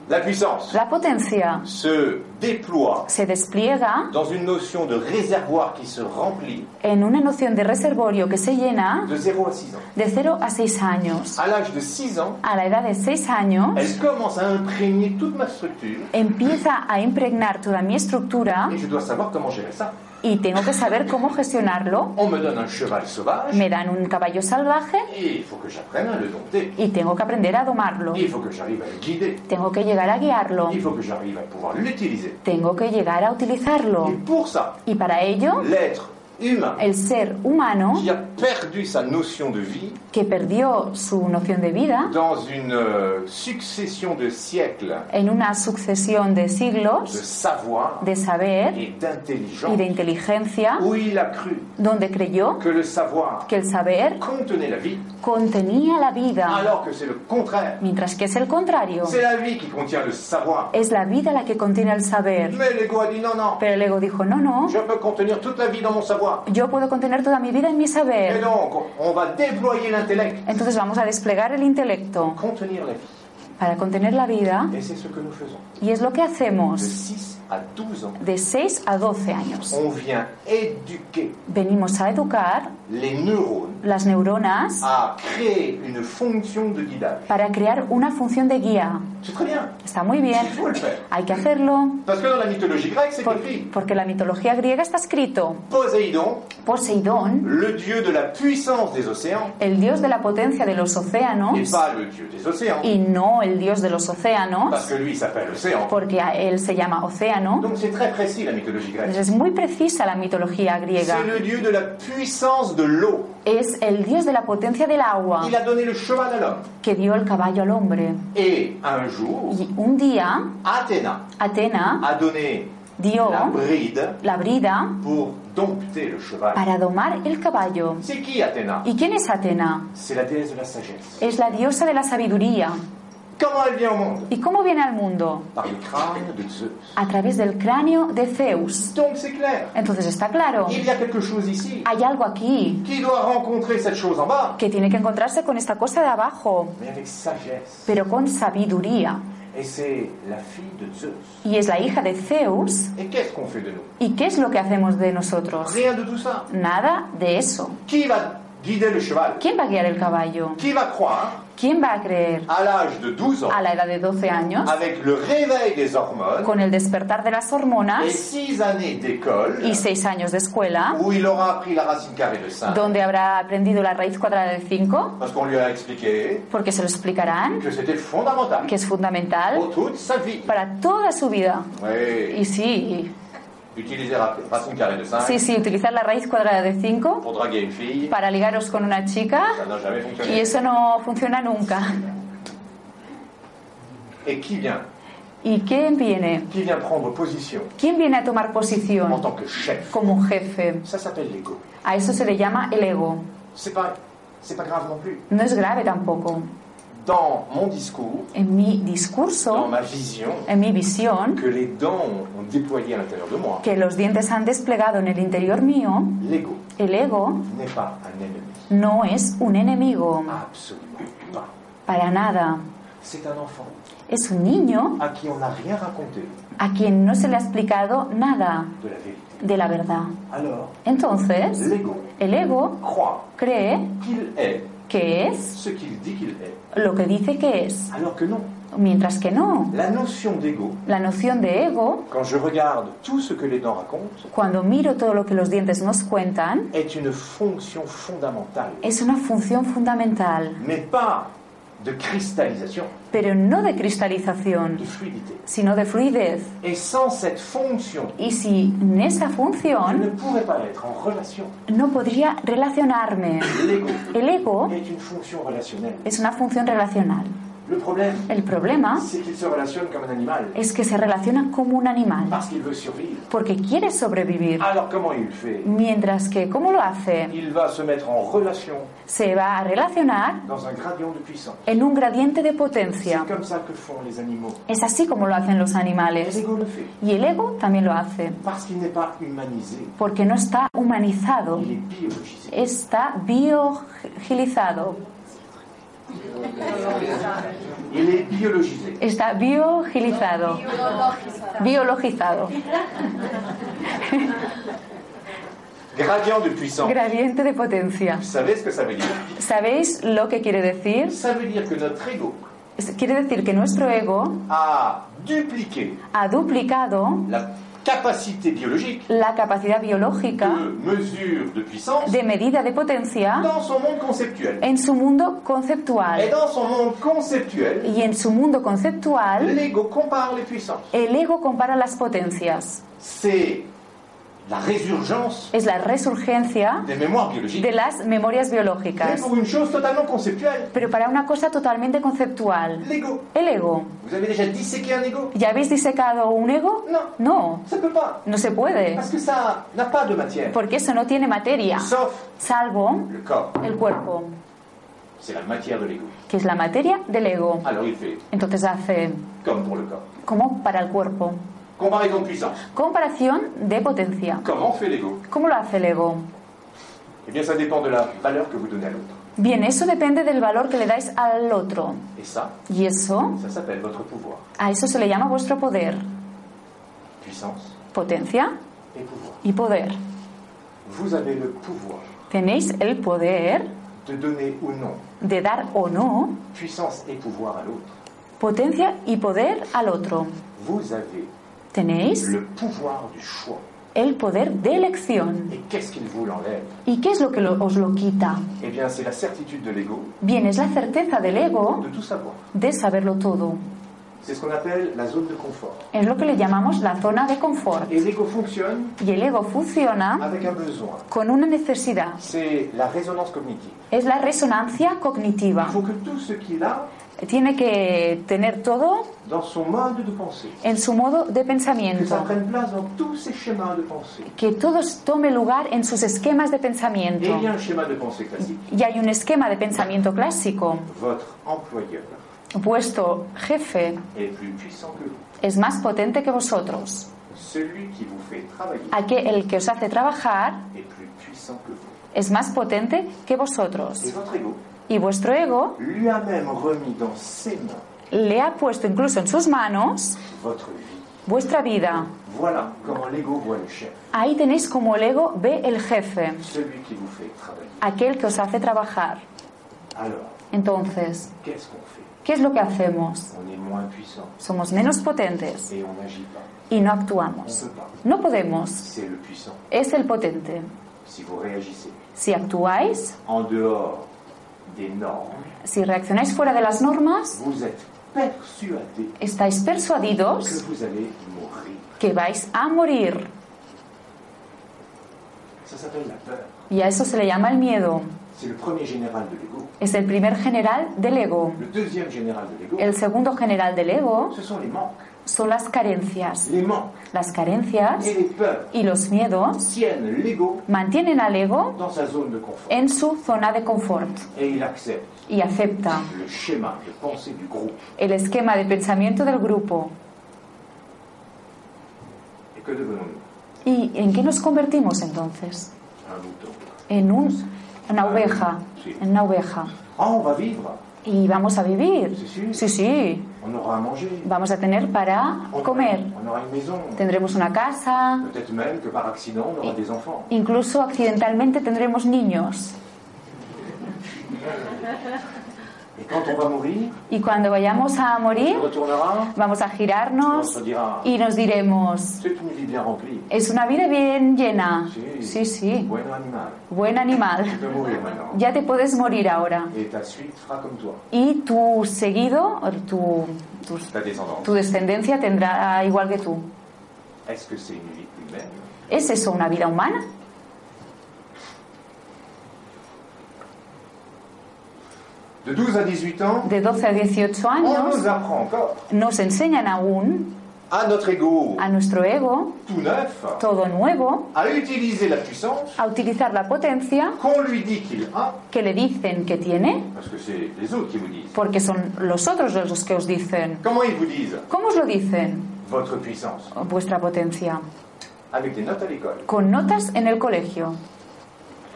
Speaker 2: La puissance
Speaker 1: La potencia
Speaker 2: se déploie
Speaker 1: se despliega
Speaker 2: dans une notion de réservoir qui se remplit
Speaker 1: en una noción de reservorio que se llena
Speaker 2: de 0 à 6 ans.
Speaker 1: de 0 a 6 años.
Speaker 2: À l'âge de 6 ans,
Speaker 1: A la edad de 6 años
Speaker 2: elle commence à imprégner toute ma structure
Speaker 1: empieza a impregnar toda mi estructura
Speaker 2: et je dois savoir comment gérer ça.
Speaker 1: y tengo que saber cómo gestionarlo.
Speaker 2: On me donne un cheval sauvage
Speaker 1: Me dan un caballo salvaje
Speaker 2: et il faut que j'apprenne à le dompter.
Speaker 1: y tengo que aprender a domarlo.
Speaker 2: Il faut que j'arrive à le guider.
Speaker 1: Tengo que llegar a guiarlo.
Speaker 2: Il faut que j'arrive à pouvoir l'utiliser.
Speaker 1: Tengo que llegar a
Speaker 2: Et
Speaker 1: utilizarlo.
Speaker 2: pour ça,
Speaker 1: Y para ello,
Speaker 2: l'être humain
Speaker 1: el ser humano
Speaker 2: qui a perdu sa notion de vie
Speaker 1: que perdió su noción de vida
Speaker 2: dans une euh, succession de siècles
Speaker 1: en una sucesión de
Speaker 2: de
Speaker 1: siglos
Speaker 2: savoir
Speaker 1: de saber
Speaker 2: et
Speaker 1: y
Speaker 2: d'intelligence
Speaker 1: de inteligencia
Speaker 2: où il a cru
Speaker 1: donde creyó
Speaker 2: que le savoir
Speaker 1: que el saber
Speaker 2: contenait la vie
Speaker 1: contenía la vida,
Speaker 2: alors que c'est le contraire.
Speaker 1: mientras que es el contrario.
Speaker 2: C'est la vie qui contient le savoir.
Speaker 1: Es la vida la que contiene el saber.
Speaker 2: Mais l'ego a dit non, non,
Speaker 1: Pero el ego dijo, no, no,
Speaker 2: je peux contenir toute la vie dans mon savoir.
Speaker 1: yo puedo contener toda mi vida en mi
Speaker 2: Et
Speaker 1: saber.
Speaker 2: donc, on va déployer l'intellect.
Speaker 1: Entonces vamos a desplegar el intelecto
Speaker 2: Contenir la vie.
Speaker 1: para contener la vida
Speaker 2: Et c'est ce que nous faisons.
Speaker 1: y es lo que
Speaker 2: De
Speaker 1: hacemos
Speaker 2: 6 à 12 ans,
Speaker 1: de 6 a 12 años.
Speaker 2: on vient éduquer
Speaker 1: Venimos a educar
Speaker 2: les neurones
Speaker 1: las neuronas
Speaker 2: à créer une fonction de guidage.
Speaker 1: para crear una función de guía.
Speaker 2: C'est très bien.
Speaker 1: Está muy
Speaker 2: Il
Speaker 1: bien,
Speaker 2: faut le faire.
Speaker 1: hay que hacerlo,
Speaker 2: Parce que dans la mythologie grecque, c'est
Speaker 1: por-
Speaker 2: écrit
Speaker 1: porque la mitología griega está escrito.
Speaker 2: Poséidon,
Speaker 1: Poseidón,
Speaker 2: le dieu de la puissance des océans,
Speaker 1: el dios de la potencia de los
Speaker 2: et
Speaker 1: océanos,
Speaker 2: pas le dieu des océans,
Speaker 1: y no el dios de los
Speaker 2: parce
Speaker 1: océanos,
Speaker 2: que lui, il s'appelle océan.
Speaker 1: porque a él se llama océano.
Speaker 2: Donc c'est très précis la mythologie grecque.
Speaker 1: Entonces Pues es muy precisa la mitología griega.
Speaker 2: C'est le dieu de la puissance de l'eau.
Speaker 1: Es el dios de la potencia del agua
Speaker 2: Il a donné le cheval à l'homme.
Speaker 1: que dio el caballo al hombre.
Speaker 2: Et un jour,
Speaker 1: Y un día,
Speaker 2: Athéna
Speaker 1: Atena
Speaker 2: a donné
Speaker 1: dio
Speaker 2: la bride
Speaker 1: la brida
Speaker 2: pour dompter le cheval.
Speaker 1: para domar el caballo.
Speaker 2: C'est qui Athéna
Speaker 1: ¿Y quién es Atena?
Speaker 2: C'est la déesse de la sagesse.
Speaker 1: Es la diosa de la sabiduría.
Speaker 2: Comment elle vient au monde
Speaker 1: ¿Y cómo viene al mundo?
Speaker 2: Par le crâne de Zeus.
Speaker 1: A través del cráneo de Zeus.
Speaker 2: Donc c'est clair.
Speaker 1: Entonces está claro,
Speaker 2: Il y a quelque chose ici
Speaker 1: hay algo aquí
Speaker 2: qui doit rencontrer cette chose en bas,
Speaker 1: que tiene que encontrarse con esta cosa de abajo,
Speaker 2: mais avec sagesse.
Speaker 1: pero con sabiduría.
Speaker 2: Et c'est la fille de Zeus.
Speaker 1: Y es la hija de Zeus.
Speaker 2: Et qu'est-ce qu'on fait de nous
Speaker 1: ¿Y qué es lo que hacemos de nosotros?
Speaker 2: Rien de tout ça.
Speaker 1: Nada de eso.
Speaker 2: Qui va guider le cheval
Speaker 1: ¿Quién va a guiar el caballo?
Speaker 2: Qui va croire
Speaker 1: ¿Quién va a creer
Speaker 2: à l'âge de 12 ans,
Speaker 1: a la edad de 12 años,
Speaker 2: avec le réveil des hormones
Speaker 1: con el despertar de las
Speaker 2: et
Speaker 1: hormonas
Speaker 2: 6 années d'école,
Speaker 1: y 6 años de escuela,
Speaker 2: où il aura appris la racine carrée de 5
Speaker 1: donde habrá aprendido la raíz cuadrada de 5?
Speaker 2: Parce qu'on lui a expliqué
Speaker 1: Porque se lo explicarán,
Speaker 2: que c'était fondamental
Speaker 1: que es fundamental
Speaker 2: pour toute sa vie.
Speaker 1: para toda su vida.
Speaker 2: Oui.
Speaker 1: Y sí,
Speaker 2: Utiliser la racine carrée de 5
Speaker 1: Sí, sí, utilizar la raíz cuadrada de 5
Speaker 2: pour draguer une fille,
Speaker 1: para ligaros con una
Speaker 2: ça
Speaker 1: chica
Speaker 2: n'a jamais
Speaker 1: y
Speaker 2: fonctionné.
Speaker 1: eso no funciona nunca.
Speaker 2: Et qui vient
Speaker 1: ¿Y quién viene?
Speaker 2: Qui vient prendre position
Speaker 1: ¿Quién viene a tomar
Speaker 2: en
Speaker 1: posición
Speaker 2: tant que chef
Speaker 1: como jefe?
Speaker 2: Ça s'appelle l'ego.
Speaker 1: A eso se le llama el ego.
Speaker 2: C'est pas, c'est pas grave non plus.
Speaker 1: No es grave tampoco.
Speaker 2: Dans mon discours,
Speaker 1: En mi
Speaker 2: dans
Speaker 1: discurso,
Speaker 2: ma vision,
Speaker 1: en mi visión,
Speaker 2: que les dents ont, ont déployé à l'intérieur de moi,
Speaker 1: que los dientes han desplegado en el interior mío,
Speaker 2: l'ego
Speaker 1: el ego
Speaker 2: n'est pas un ennemi.
Speaker 1: no es un enemigo,
Speaker 2: Absolument pas.
Speaker 1: para nada.
Speaker 2: C'est un enfant
Speaker 1: Es un niño
Speaker 2: à qui on n'a rien raconté
Speaker 1: a quien no se le ha explicado nada
Speaker 2: de la vérité.
Speaker 1: de la verdad.
Speaker 2: Alors,
Speaker 1: Entonces,
Speaker 2: l'ego
Speaker 1: el ego
Speaker 2: croit
Speaker 1: cree
Speaker 2: qu'il est
Speaker 1: que es
Speaker 2: ce qu'il dit qu'il est,
Speaker 1: lo que dice que es,
Speaker 2: alors que non.
Speaker 1: mientras que no.
Speaker 2: La notion d'ego,
Speaker 1: La noción de ego,
Speaker 2: quand je regarde tout ce que les dents racontent,
Speaker 1: cuando miro todo lo que los dientes nos cuentan,
Speaker 2: est une fonction fondamentale,
Speaker 1: es una función fundamental,
Speaker 2: mais pas de cristallisation,
Speaker 1: pero no de cristalización,
Speaker 2: de fluidité.
Speaker 1: sino de fluidez.
Speaker 2: Et sans cette fonction,
Speaker 1: Y sin esa
Speaker 2: je ne
Speaker 1: función
Speaker 2: pourrais pas être en relation.
Speaker 1: no podría relacionarme.
Speaker 2: L'ego
Speaker 1: El ego
Speaker 2: est une fonction relationnelle.
Speaker 1: es una función relacional.
Speaker 2: Le problème,
Speaker 1: El problema
Speaker 2: c'est qu'il se relationne comme un animal,
Speaker 1: es que se relaciona como un animal,
Speaker 2: parce qu'il veut survivre.
Speaker 1: porque quiere sobrevivir.
Speaker 2: Alors comment il fait
Speaker 1: Mientras que, ¿cómo lo hace?
Speaker 2: Il va se mettre en relation
Speaker 1: Se va a relacionar
Speaker 2: dans un gradient de puissance.
Speaker 1: en un gradiente de
Speaker 2: C'est
Speaker 1: potencia.
Speaker 2: comme ça que font les animaux.
Speaker 1: Es así como lo hacen los
Speaker 2: Et
Speaker 1: animales.
Speaker 2: l'ego le fait.
Speaker 1: Y el ego también lo hace,
Speaker 2: Parce qu'il n'est pas humanisé,
Speaker 1: porque no está humanizado,
Speaker 2: il est biologisé.
Speaker 1: está biogilizado.
Speaker 2: Il est biologisé.
Speaker 1: Está biogilizado, biologizado.
Speaker 2: Gradient de puissance.
Speaker 1: Gradiente de potencia.
Speaker 2: Vous savez ce que ça veut dire
Speaker 1: ¿Sabéis lo que quiere decir?
Speaker 2: Ça veut dire que notre ego
Speaker 1: Es- Quiere decir que nuestro ego
Speaker 2: a dupliqué
Speaker 1: ha duplicado
Speaker 2: la capacité biologique
Speaker 1: la capacidad biológica
Speaker 2: de mesure de puissance
Speaker 1: de medida de potencia
Speaker 2: dans son monde conceptuel.
Speaker 1: en su mundo
Speaker 2: Et
Speaker 1: conceptual.
Speaker 2: dans son monde conceptuel,
Speaker 1: Y en su mundo conceptual,
Speaker 2: l'ego compare les puissances.
Speaker 1: el ego compara las potencias.
Speaker 2: C'est la résurgence
Speaker 1: Es la resurgencia
Speaker 2: des mémoires biologiques.
Speaker 1: de las memorias
Speaker 2: Mais
Speaker 1: biológicas.
Speaker 2: pour une chose totalement conceptuelle,
Speaker 1: Pero para una cosa totalmente conceptual.
Speaker 2: l'ego.
Speaker 1: El ego.
Speaker 2: Vous avez déjà disséqué un ego
Speaker 1: ¿Ya habéis disecado un ego?
Speaker 2: No.
Speaker 1: No,
Speaker 2: Ça peut pas.
Speaker 1: no se puede.
Speaker 2: Parce que ça n'a pas de matière.
Speaker 1: Porque eso no tiene materia.
Speaker 2: Sauf
Speaker 1: Salvo
Speaker 2: le corps.
Speaker 1: el cuerpo,
Speaker 2: C'est la matière de l'ego.
Speaker 1: que es la materia del ego.
Speaker 2: Alors il fait
Speaker 1: Entonces hace
Speaker 2: comme pour le corps.
Speaker 1: como para el cuerpo.
Speaker 2: Comparaison de puissance.
Speaker 1: Comparación de potencia.
Speaker 2: Comment fait l'ego
Speaker 1: ¿Cómo lo hace el ego?
Speaker 2: Eh bien, ça dépend de la valeur que vous donnez à l'autre.
Speaker 1: Bien, eso depende del valor que le dais al otro.
Speaker 2: Et ça,
Speaker 1: Y eso,
Speaker 2: ça s'appelle votre pouvoir.
Speaker 1: a eso se le llama vuestro poder.
Speaker 2: Puissance
Speaker 1: Potencia
Speaker 2: et pouvoir.
Speaker 1: y poder.
Speaker 2: Vous avez le pouvoir
Speaker 1: Tenéis el poder
Speaker 2: de donner ou non
Speaker 1: de dar o no
Speaker 2: puissance et pouvoir à l'autre.
Speaker 1: potencia y poder al otro.
Speaker 2: Vous avez
Speaker 1: Tenéis
Speaker 2: le pouvoir du choix.
Speaker 1: el poder de elección.
Speaker 2: Et qu'est-ce qu'il vous l'enlève
Speaker 1: ¿Y qué es lo que lo- os lo quita?
Speaker 2: Eh bien, c'est la certitude de l'ego
Speaker 1: Bien, es la certeza del ego
Speaker 2: de tout savoir.
Speaker 1: de saberlo todo.
Speaker 2: C'est ce qu'on appelle la zone de confort.
Speaker 1: Es lo que le llamamos la zona de confort.
Speaker 2: Et l'ego fonctionne
Speaker 1: Y el ego funciona
Speaker 2: avec un besoin.
Speaker 1: con una necesidad.
Speaker 2: C'est la résonance cognitive.
Speaker 1: Es la resonancia
Speaker 2: Il
Speaker 1: cognitiva.
Speaker 2: faut que tout ce qu'il a
Speaker 1: Tiene que tener todo
Speaker 2: dans son mode de pensée,
Speaker 1: en su modo de
Speaker 2: que ça
Speaker 1: pensamiento.
Speaker 2: prenne place dans tous ses schémas de pensée.
Speaker 1: Que todo tome lugar en sus esquemas de
Speaker 2: Et il y a
Speaker 1: pensamiento.
Speaker 2: un schéma de pensée classique.
Speaker 1: Y hay un esquema de pensamiento clásico.
Speaker 2: Votre employeur
Speaker 1: Vuestro jefe
Speaker 2: est plus puissant que vous.
Speaker 1: es más potente que vosotros.
Speaker 2: Celui qui vous fait travailler
Speaker 1: Aquel que os hace trabajar
Speaker 2: est plus puissant que vous.
Speaker 1: es más potente que
Speaker 2: Et
Speaker 1: vosotros.
Speaker 2: votre ego
Speaker 1: Y vuestro ego
Speaker 2: lui a même remis dans ses mains
Speaker 1: le ha puesto incluso en sus manos
Speaker 2: votre vie.
Speaker 1: vuestra vida.
Speaker 2: Voilà comment l'ego voit le chef,
Speaker 1: Ahí tenéis como el ego ve el jefe,
Speaker 2: celui qui vous fait travailler.
Speaker 1: aquel que os hace trabajar.
Speaker 2: Alors,
Speaker 1: Entonces,
Speaker 2: qu'est-ce qu'on fait
Speaker 1: ¿qué es lo que hacemos?
Speaker 2: On est moins puissant
Speaker 1: Somos menos potentes
Speaker 2: et on n'agit pas.
Speaker 1: y no
Speaker 2: On ne
Speaker 1: actuamos.
Speaker 2: peut pas.
Speaker 1: No podemos.
Speaker 2: C'est le puissant.
Speaker 1: Es el potente.
Speaker 2: Si vous réagissez
Speaker 1: Si actuáis,
Speaker 2: en dehors des normes,
Speaker 1: si reaccionáis fuera de las normas,
Speaker 2: vous êtes persuadé
Speaker 1: estáis
Speaker 2: que
Speaker 1: persuadidos
Speaker 2: vous allez mourir.
Speaker 1: que vais a morir.
Speaker 2: s'appelle la peur.
Speaker 1: Y a eso se le llama el miedo.
Speaker 2: C'est le premier général de l'ego.
Speaker 1: Es el primer general del ego.
Speaker 2: Le deuxième général de l'ego,
Speaker 1: El segundo general del ego
Speaker 2: ce sont les manques.
Speaker 1: son las carencias.
Speaker 2: Les manques
Speaker 1: Las carencias
Speaker 2: et les peurs
Speaker 1: y los miedos
Speaker 2: tiennent l'ego
Speaker 1: mantienen al ego
Speaker 2: dans sa zone de confort.
Speaker 1: en su zona de confort
Speaker 2: Et il accepte
Speaker 1: y acepta
Speaker 2: le schéma de pensée du groupe.
Speaker 1: el esquema de pensamiento del grupo.
Speaker 2: Et que devenons-nous
Speaker 1: ¿Y en qué nos convertimos entonces?
Speaker 2: Un mouton.
Speaker 1: En un- una oveja.
Speaker 2: Sí.
Speaker 1: En una oveja.
Speaker 2: Ah, on va vivre.
Speaker 1: Y vamos a vivir.
Speaker 2: Sí, sí.
Speaker 1: Sí, sí.
Speaker 2: On aura à manger.
Speaker 1: Vamos a tener para
Speaker 2: On aura-
Speaker 1: comer.
Speaker 2: On aura une maison.
Speaker 1: Tendremos una casa.
Speaker 2: Peut-être même que par accident, on aura des enfants.
Speaker 1: Incluso accidentalmente tendremos niños.
Speaker 2: Et quand on va mourir,
Speaker 1: Y cuando vayamos a morir,
Speaker 2: on retournera,
Speaker 1: vamos a girarnos y nos diremos,
Speaker 2: c'est une vie bien remplie.
Speaker 1: es una vida bien llena. Sí, sí.
Speaker 2: Bon animal.
Speaker 1: Buen
Speaker 2: Tu
Speaker 1: animal.
Speaker 2: peux mourir maintenant.
Speaker 1: Ya te puedes morir ahora.
Speaker 2: Et ta suite fera comme toi.
Speaker 1: Y tu seguido, tu, tus-
Speaker 2: Ta descendance.
Speaker 1: tu descendencia tendrá igual que tú.
Speaker 2: Est-ce que c'est une vie humaine
Speaker 1: ¿Es eso una vida humana?
Speaker 2: De 12 à 18 ans,
Speaker 1: De 12 a 18
Speaker 2: on
Speaker 1: años
Speaker 2: nous apprend encore
Speaker 1: nos enseñan aún
Speaker 2: à notre ego
Speaker 1: a nuestro ego,
Speaker 2: tout neuf,
Speaker 1: todo nuevo,
Speaker 2: à utiliser la puissance
Speaker 1: a utilizar la potencia
Speaker 2: qu'on lui dit qu'il a,
Speaker 1: que le dicen que tiene,
Speaker 2: parce que c'est les autres qui vous disent.
Speaker 1: porque son los otros los que os dicen.
Speaker 2: Comment ils vous disent
Speaker 1: ¿Cómo os lo dicen?
Speaker 2: votre puissance
Speaker 1: Vuestra potencia.
Speaker 2: Avec des notes à l'école.
Speaker 1: Con notas en el colegio.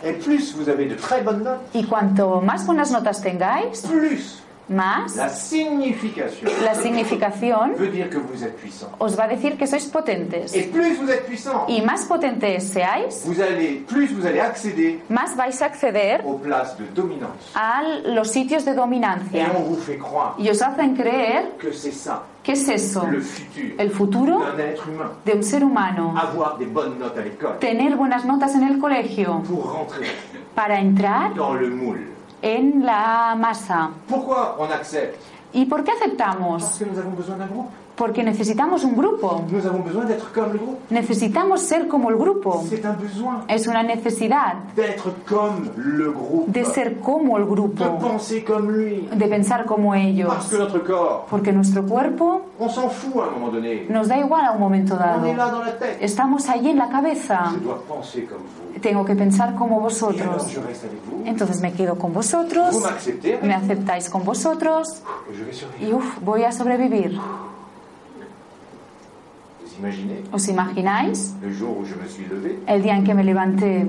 Speaker 2: Et plus vous avez de très bonnes notes,
Speaker 1: Y cuanto más buenas notas tengáis,
Speaker 2: plus
Speaker 1: más
Speaker 2: la signification
Speaker 1: la significación
Speaker 2: veut dire que vous êtes puissant.
Speaker 1: os va a decir que sois potentes.
Speaker 2: Et plus vous êtes puissant,
Speaker 1: Y más potentes seáis,
Speaker 2: vous allez, plus vous allez accéder
Speaker 1: más vais a acceder
Speaker 2: aux places de dominance.
Speaker 1: a los sitios de
Speaker 2: Et on
Speaker 1: dominancia.
Speaker 2: vous fait croire
Speaker 1: Y os hacen creer
Speaker 2: que c'est ça,
Speaker 1: ¿Qué es eso?
Speaker 2: le futur
Speaker 1: El futuro
Speaker 2: d'un être humain.
Speaker 1: de un ser humano.
Speaker 2: Avoir des bonnes notes à l'école
Speaker 1: Tener buenas notas en el colegio
Speaker 2: pour rentrer
Speaker 1: para entrar
Speaker 2: dans le moule.
Speaker 1: en la masa.
Speaker 2: Pourquoi on accepte
Speaker 1: ¿Y por qué aceptamos?
Speaker 2: Parce que nous avons besoin d'un groupe.
Speaker 1: Porque necesitamos un grupo.
Speaker 2: Nous avons besoin d'être comme le groupe.
Speaker 1: Necesitamos ser como el grupo.
Speaker 2: C'est un besoin
Speaker 1: Es una necesidad
Speaker 2: d'être comme le groupe.
Speaker 1: de ser como el
Speaker 2: De
Speaker 1: grupo,
Speaker 2: penser comme lui.
Speaker 1: de pensar como
Speaker 2: Parce
Speaker 1: ellos.
Speaker 2: que notre corps,
Speaker 1: Porque nuestro cuerpo
Speaker 2: on s'en fout à un moment donné.
Speaker 1: nos da igual a un momento
Speaker 2: On est là
Speaker 1: dado.
Speaker 2: dans la tête.
Speaker 1: Estamos allí en la cabeza.
Speaker 2: Je dois penser comme vous.
Speaker 1: Tengo que pensar como
Speaker 2: Et alors je
Speaker 1: vosotros.
Speaker 2: reste avec vous.
Speaker 1: Entonces me quedo con
Speaker 2: Vous
Speaker 1: vosotros.
Speaker 2: m'acceptez
Speaker 1: me
Speaker 2: avec
Speaker 1: aceptáis con vosotros
Speaker 2: vous. Et je vais survivre.
Speaker 1: y uff, voy a sobrevivir.
Speaker 2: Vous imaginez
Speaker 1: ¿Os imagináis?
Speaker 2: le jour où je me suis levé
Speaker 1: El día en que me levanté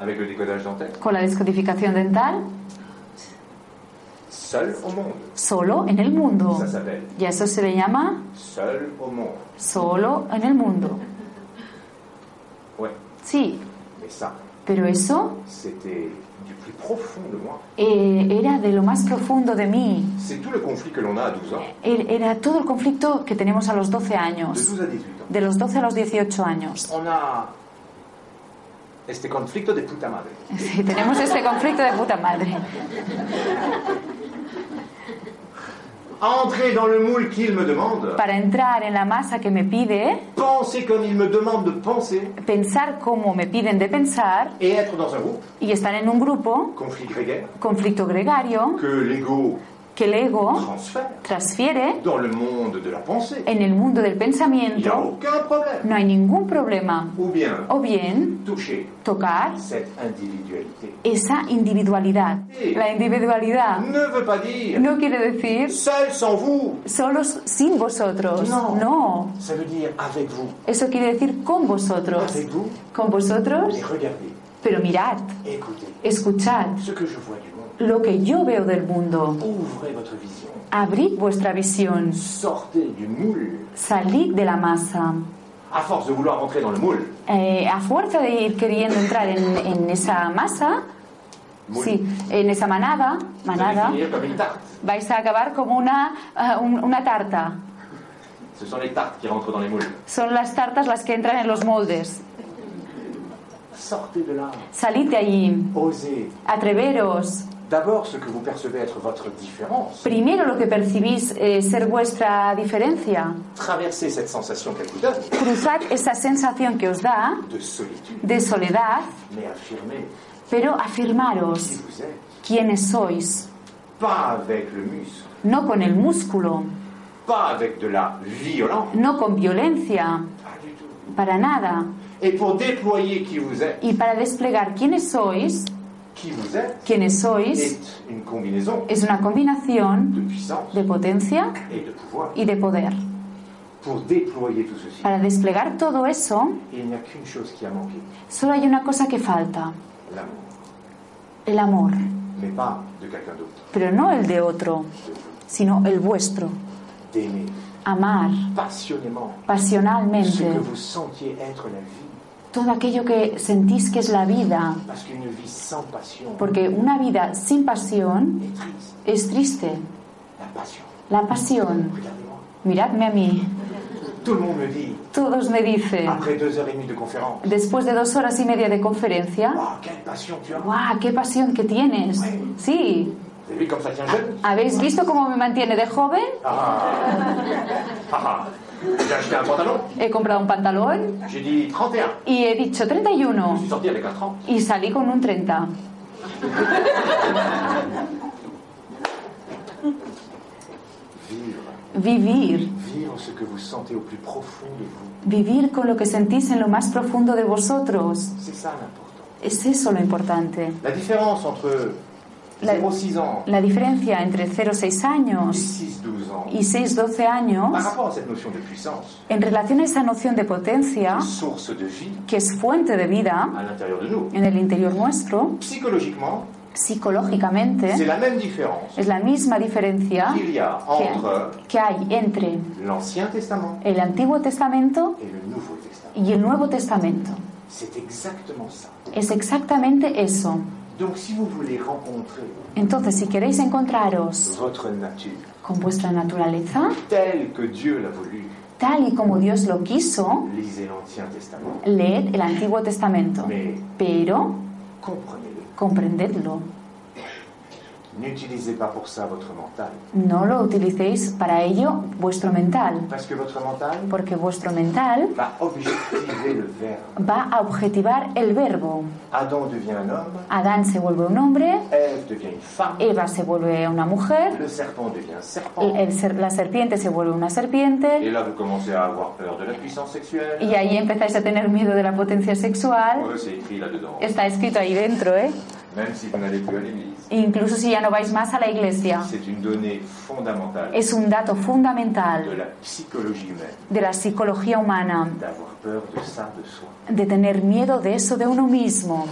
Speaker 2: avec le décodage dentaire
Speaker 1: con la descodificación dental,
Speaker 2: Seul au monde.
Speaker 1: solo en el mundo.
Speaker 2: Ça s'appelle
Speaker 1: Y a eso se le llama
Speaker 2: seul au monde.
Speaker 1: solo en el mundo.
Speaker 2: Ouais.
Speaker 1: Sí,
Speaker 2: Mais ça,
Speaker 1: pero eso
Speaker 2: c'était du plus profond de moi.
Speaker 1: eh, era de lo más profundo de mí.
Speaker 2: C'est tout le conflit que l'on a à 12 ans,
Speaker 1: Er- Era todo el conflicto que tenemos a los 12
Speaker 2: de
Speaker 1: años,
Speaker 2: 12 à 18 ans.
Speaker 1: de los 12 a los 18 años.
Speaker 2: On a este conflicto de puta madre.
Speaker 1: Sí, tenemos este conflicto de puta madre.
Speaker 2: À entrer dans le moule qu'il me demande,
Speaker 1: Para entrar en la masa que me pide,
Speaker 2: penser comme il me demande de penser
Speaker 1: pensar como me piden de pensar,
Speaker 2: et être dans un groupe,
Speaker 1: y estar en un grupo,
Speaker 2: conflit grégaire,
Speaker 1: conflicto gregario,
Speaker 2: que l'ego
Speaker 1: que el ego
Speaker 2: transfère
Speaker 1: transfiere
Speaker 2: dans le monde de la pensée.
Speaker 1: en el mundo del
Speaker 2: Il n'y a
Speaker 1: pensamiento,
Speaker 2: aucun problème.
Speaker 1: no hay ningún problema.
Speaker 2: Ou bien
Speaker 1: O bien
Speaker 2: toucher
Speaker 1: tocar
Speaker 2: cette individualité.
Speaker 1: esa individualidad. La individualidad
Speaker 2: Ne veut pas dire
Speaker 1: no quiere decir
Speaker 2: seul sans vous.
Speaker 1: solos sin vosotros,
Speaker 2: No.
Speaker 1: no.
Speaker 2: Ça veut dire avec vous.
Speaker 1: Eso quiere decir con vosotros,
Speaker 2: Avec vous,
Speaker 1: con vosotros,
Speaker 2: mais regardez,
Speaker 1: pero mirad,
Speaker 2: écoutez.
Speaker 1: escuchad
Speaker 2: Ce que je vois du monde.
Speaker 1: lo que yo veo del mundo.
Speaker 2: Ouvrez votre vision.
Speaker 1: Abrid vuestra visión,
Speaker 2: Sortez du moule.
Speaker 1: salid de la masa.
Speaker 2: À force de vouloir rentrer dans le moule,
Speaker 1: Eh, a fuerza de ir queriendo entrar en, en esa masa,
Speaker 2: Muy
Speaker 1: sí, en esa manada,
Speaker 2: vous allez
Speaker 1: manada,
Speaker 2: finir comme une tarte.
Speaker 1: vais a acabar como una, ah, un- una tarta.
Speaker 2: Ce sont les tartes qui rentrent dans les moules.
Speaker 1: Son las tartas las que entran en los moldes.
Speaker 2: Sortez de là.
Speaker 1: Salid de allí,
Speaker 2: Osez.
Speaker 1: atreveros,
Speaker 2: D'abord, ce que vous percevez être votre différence.
Speaker 1: Primero lo que percibís eh, ser vuestra diferencia.
Speaker 2: Traversez cette sensation qu'elle vous donne
Speaker 1: Cruzad esa sensación que os da
Speaker 2: de solitude,
Speaker 1: de soledad,
Speaker 2: mais affirmez
Speaker 1: pero
Speaker 2: qui
Speaker 1: afirmaros
Speaker 2: vous êtes.
Speaker 1: quiénes sois.
Speaker 2: Pas avec le muscle,
Speaker 1: No con el músculo,
Speaker 2: pas avec de la violence,
Speaker 1: no con violencia,
Speaker 2: pas du tout.
Speaker 1: para nada.
Speaker 2: Et pour déployer qui vous êtes,
Speaker 1: Y para desplegar quiénes sois,
Speaker 2: qui vous êtes
Speaker 1: quiénes sois,
Speaker 2: est une combinaison
Speaker 1: es una combinación
Speaker 2: de puissance
Speaker 1: de potencia
Speaker 2: et de pouvoir.
Speaker 1: y de poder.
Speaker 2: Pour déployer tout ceci,
Speaker 1: Para desplegar todo eso,
Speaker 2: il n'y a qu'une chose qui a manqué,
Speaker 1: solo hay una cosa que falta,
Speaker 2: l'amour.
Speaker 1: el amor,
Speaker 2: Mais pas de quelqu'un d'autre,
Speaker 1: pero no el de otro,
Speaker 2: de vous.
Speaker 1: sino el vuestro.
Speaker 2: D'aimer
Speaker 1: Amar
Speaker 2: passionnément ce
Speaker 1: pasionalmente
Speaker 2: que vous sentiez être la vie.
Speaker 1: todo aquello que sentís que es la vida,
Speaker 2: Parce qu'une vie sans passion
Speaker 1: porque una vida sin pasión
Speaker 2: est triste.
Speaker 1: es triste.
Speaker 2: La passion.
Speaker 1: La pasión,
Speaker 2: Regardez-moi.
Speaker 1: miradme a mí,
Speaker 2: Tout le monde me dit,
Speaker 1: todos me dicen,
Speaker 2: après deux heures et demie de conférence,
Speaker 1: después de dos horas y media de conferencia,
Speaker 2: Waouh, quelle passion tu as. Vous
Speaker 1: ¡guau! ¡Qué pasión que tienes! Sí,
Speaker 2: avez vu comme ça tient jeune
Speaker 1: ¿habéis visto cómo me mantiene de joven?
Speaker 2: Ah ah, ah. J'ai acheté un pantalon,
Speaker 1: He comprado un pantalón,
Speaker 2: j'ai dit 31.
Speaker 1: Y he dicho
Speaker 2: Je
Speaker 1: 31
Speaker 2: suis sorti avec un 30.
Speaker 1: y salí con un 30.
Speaker 2: Vivre.
Speaker 1: Vivir,
Speaker 2: Vivre ce que vous sentez au plus profond de vous.
Speaker 1: vivir con lo que sentís en lo más profundo de vosotros.
Speaker 2: C'est ça l'important.
Speaker 1: Es eso lo importante.
Speaker 2: La différence entre
Speaker 1: La-
Speaker 2: 0,6 ans
Speaker 1: La diferencia entre 0-6
Speaker 2: et
Speaker 1: años
Speaker 2: 6-12 ans,
Speaker 1: y 6-12
Speaker 2: par
Speaker 1: años,
Speaker 2: rapport à cette notion de puissance,
Speaker 1: en relación a esa noción de potencia,
Speaker 2: source de vie
Speaker 1: que es fuente de vida
Speaker 2: à l'intérieur de nous,
Speaker 1: en el interior nuestro,
Speaker 2: psychologiquement, c'est
Speaker 1: psicológicamente,
Speaker 2: la même différence
Speaker 1: es la misma diferencia
Speaker 2: qu'il y a
Speaker 1: que
Speaker 2: entre
Speaker 1: que hay entre
Speaker 2: l'Ancien Testament
Speaker 1: el Antiguo Testamento
Speaker 2: et le Nouveau Testament.
Speaker 1: y el Nuevo Testamento.
Speaker 2: C'est exactement ça.
Speaker 1: Es exactamente eso.
Speaker 2: Donc si vous voulez rencontrer
Speaker 1: Entonces, si queréis encontraros
Speaker 2: votre nature
Speaker 1: con vuestra naturaleza,
Speaker 2: telle que Dieu l'a voulu,
Speaker 1: tal y como Dios lo quiso,
Speaker 2: lisez l'Ancien Testament,
Speaker 1: leed el Antiguo Testamento.
Speaker 2: mais
Speaker 1: Pero
Speaker 2: comprenez-le.
Speaker 1: comprendedlo.
Speaker 2: N'utilisez pas pour ça votre mental,
Speaker 1: No lo utilicéis para ello vuestro mental,
Speaker 2: parce que votre mental
Speaker 1: porque vuestro mental
Speaker 2: va objectiver le verbe.
Speaker 1: va a objetivar el verbo.
Speaker 2: Adam devient un homme,
Speaker 1: Adán se vuelve un hombre,
Speaker 2: Ève devient une femme,
Speaker 1: Eva se vuelve una mujer,
Speaker 2: le serpent devient un serpent.
Speaker 1: el- el ser- la serpiente se vuelve una serpiente,
Speaker 2: Et là, vous commencez à avoir peur de la puissance sexuelle.
Speaker 1: y ahí empezáis a tener miedo de la potencia sexual.
Speaker 2: Ouais, c'est écrit là-dedans.
Speaker 1: Está escrito ahí dentro, ¿eh?
Speaker 2: Même si vous n'allez plus à l'église,
Speaker 1: incluso si ya no vais más a la iglesia.
Speaker 2: c'est une donnée fondamentale
Speaker 1: Es un dato
Speaker 2: de
Speaker 1: fundamental
Speaker 2: la psychologie humaine
Speaker 1: de la psicología humana,
Speaker 2: d'avoir peur de ça de soi.
Speaker 1: de tener miedo de eso de uno mismo.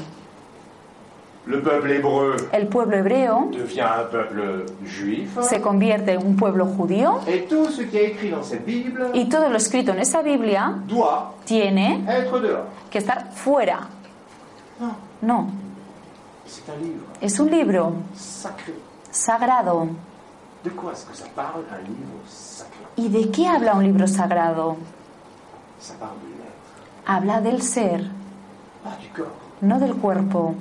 Speaker 2: Le peuple hébreu
Speaker 1: El pueblo hebreo
Speaker 2: devient un peuple juif.
Speaker 1: se convierte en un pueblo judío
Speaker 2: Et tout ce qui est écrit dans cette Bible
Speaker 1: y todo lo escrito en esa Biblia
Speaker 2: doit
Speaker 1: tiene
Speaker 2: être dehors.
Speaker 1: que estar fuera.
Speaker 2: Non,
Speaker 1: No,
Speaker 2: c'est un livre
Speaker 1: es un libro
Speaker 2: sacré.
Speaker 1: sagrado.
Speaker 2: De quoi est-ce que ça parle un livre sacré
Speaker 1: ¿Y de qué habla un libro sagrado?
Speaker 2: Ça parle de l'être,
Speaker 1: Habla del ser,
Speaker 2: pas du corps,
Speaker 1: no del cuerpo,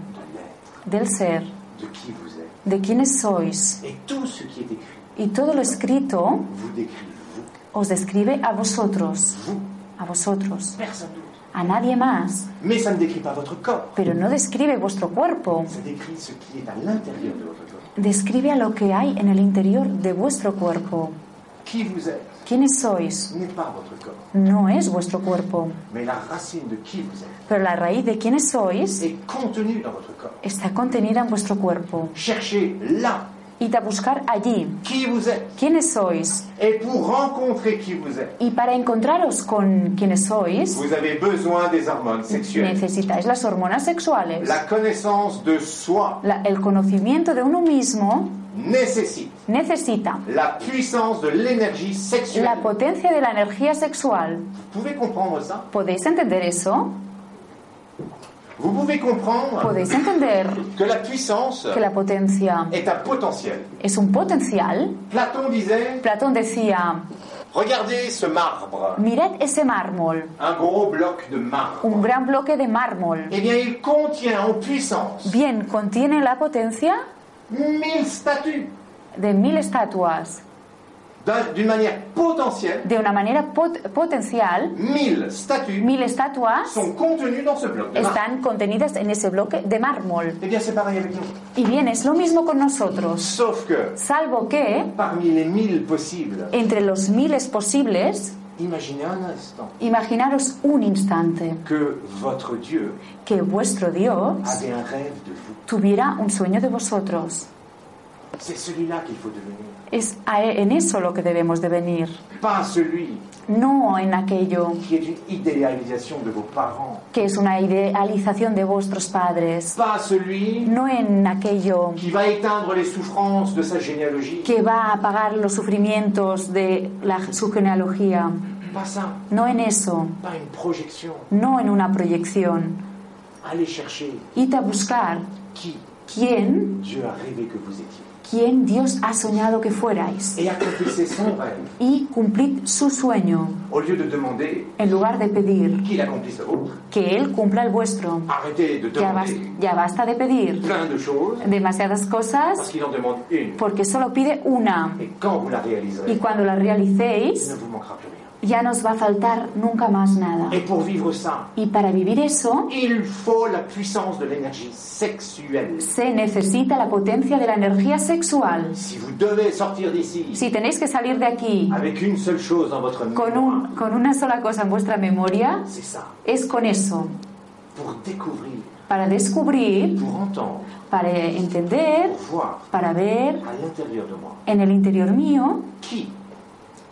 Speaker 2: de l'être,
Speaker 1: del ser,
Speaker 2: de qui vous êtes.
Speaker 1: de quiénes sois.
Speaker 2: Et tout ce qui est écrit
Speaker 1: Y todo lo escrito
Speaker 2: vous décrit vous,
Speaker 1: os describe a vosotros,
Speaker 2: vous,
Speaker 1: a vosotros,
Speaker 2: personne d'autre.
Speaker 1: a nadie más,
Speaker 2: Mais ça ne décrit pas votre corps.
Speaker 1: pero no describe vuestro cuerpo,
Speaker 2: Ça décrit ce qui est à l'intérieur de votre corps.
Speaker 1: describe a lo que hay en el interior de vuestro cuerpo.
Speaker 2: Qui vous êtes
Speaker 1: ¿Quiénes sois?
Speaker 2: n'est pas votre corps,
Speaker 1: No es vuestro cuerpo,
Speaker 2: mais la racine de qui vous êtes
Speaker 1: pero la raíz de quiénes sois
Speaker 2: est contenue dans votre corps.
Speaker 1: está contenida en vuestro cuerpo.
Speaker 2: Cherchez là
Speaker 1: Id a buscar allí
Speaker 2: qui vous êtes.
Speaker 1: quiénes sois.
Speaker 2: Et pour rencontrer qui vous êtes,
Speaker 1: Y para encontraros con quiénes sois,
Speaker 2: vous avez besoin des hormones sexuelles.
Speaker 1: necesitáis las hormonas sexuales.
Speaker 2: La connaissance de soi
Speaker 1: La- el conocimiento de uno mismo
Speaker 2: nécessite
Speaker 1: necesita
Speaker 2: la puissance de l'énergie
Speaker 1: la
Speaker 2: sexuelle.
Speaker 1: potencia de la energía sexual
Speaker 2: Vous pouvez comprendre ça
Speaker 1: ¿Podéis entender eso?
Speaker 2: Vous pouvez comprendre
Speaker 1: ¿Podéis entender
Speaker 2: que la puissance
Speaker 1: que la potencia
Speaker 2: est un potentiel.
Speaker 1: es un potencial?
Speaker 2: Platon disait
Speaker 1: Platón decía,
Speaker 2: Regardez ce marbre,
Speaker 1: mirad ese mármol,
Speaker 2: un gros bloc de marbre.
Speaker 1: un gran bloque de mármol.
Speaker 2: Eh bien, il contient en puissance
Speaker 1: Bien, contiene la potencia
Speaker 2: mille statues
Speaker 1: de mil estatuas
Speaker 2: d'un- d'une manière potentielle.
Speaker 1: de una manera pot- potencial,
Speaker 2: Mille statues
Speaker 1: mil estatuas
Speaker 2: sont contenues dans ce bloc. de marbre.
Speaker 1: están contenidas en ese bloque de mármol.
Speaker 2: Eh bien, c'est pareil avec nous.
Speaker 1: Y bien, es lo mismo con nosotros,
Speaker 2: Sauf que
Speaker 1: salvo que
Speaker 2: parmi les mille possibles,
Speaker 1: entre los miles posibles,
Speaker 2: imaginez un instant
Speaker 1: imaginaros un instante
Speaker 2: que votre Dieu
Speaker 1: que vuestro Dios
Speaker 2: avait un rêve de vous.
Speaker 1: tuviera un sueño de vosotros.
Speaker 2: C'est celui-là qu'il faut devenir.
Speaker 1: Es a- e, en eso lo que debemos de venir,
Speaker 2: Pas celui
Speaker 1: no en aquello
Speaker 2: qui est une idéalisation de vos parents.
Speaker 1: que es una idealización de vuestros padres,
Speaker 2: Pas celui
Speaker 1: no en aquello
Speaker 2: qui va éteindre les souffrances de sa généalogie.
Speaker 1: que va a apagar los sufrimientos de la- su genealogía,
Speaker 2: Pas ça.
Speaker 1: no en eso,
Speaker 2: Pas une projection.
Speaker 1: no en una proyección.
Speaker 2: Allez chercher
Speaker 1: Id a buscar
Speaker 2: qui
Speaker 1: quién,
Speaker 2: Dieu a rêvé que vous étiez.
Speaker 1: quién Dios ha soñado que fuerais
Speaker 2: Et accomplissez son rêve.
Speaker 1: y cumplid su sueño
Speaker 2: Au lieu de demander
Speaker 1: en lugar de pedir
Speaker 2: qu'il accomplisse le vôtre,
Speaker 1: que Él cumpla el vuestro.
Speaker 2: arrêtez de
Speaker 1: Ya, bas-
Speaker 2: demander
Speaker 1: ya basta de pedir
Speaker 2: plein de choses
Speaker 1: demasiadas
Speaker 2: parce
Speaker 1: cosas
Speaker 2: qu'il en demande une.
Speaker 1: porque solo pide una
Speaker 2: Et quand vous la
Speaker 1: y
Speaker 2: réaliserez,
Speaker 1: cuando la
Speaker 2: il ne
Speaker 1: realicéis
Speaker 2: vous manquera plus rien.
Speaker 1: ya nos va a faltar nunca más nada.
Speaker 2: Et pour vivre ça,
Speaker 1: Y para vivir eso
Speaker 2: il faut la puissance de l'énergie sexuelle.
Speaker 1: se necesita la potencia de la energía sexual.
Speaker 2: Si vous devez sortir d'ici
Speaker 1: Si tenéis que salir de aquí
Speaker 2: avec une seule chose dans votre
Speaker 1: con,
Speaker 2: mémoire,
Speaker 1: un- con una sola cosa en vuestra memoria,
Speaker 2: c'est ça.
Speaker 1: es con eso,
Speaker 2: Pour découvrir,
Speaker 1: para descubrir,
Speaker 2: pour entendre,
Speaker 1: para entender,
Speaker 2: pour voir
Speaker 1: para ver
Speaker 2: à l'intérieur de moi
Speaker 1: en el interior mío
Speaker 2: qui,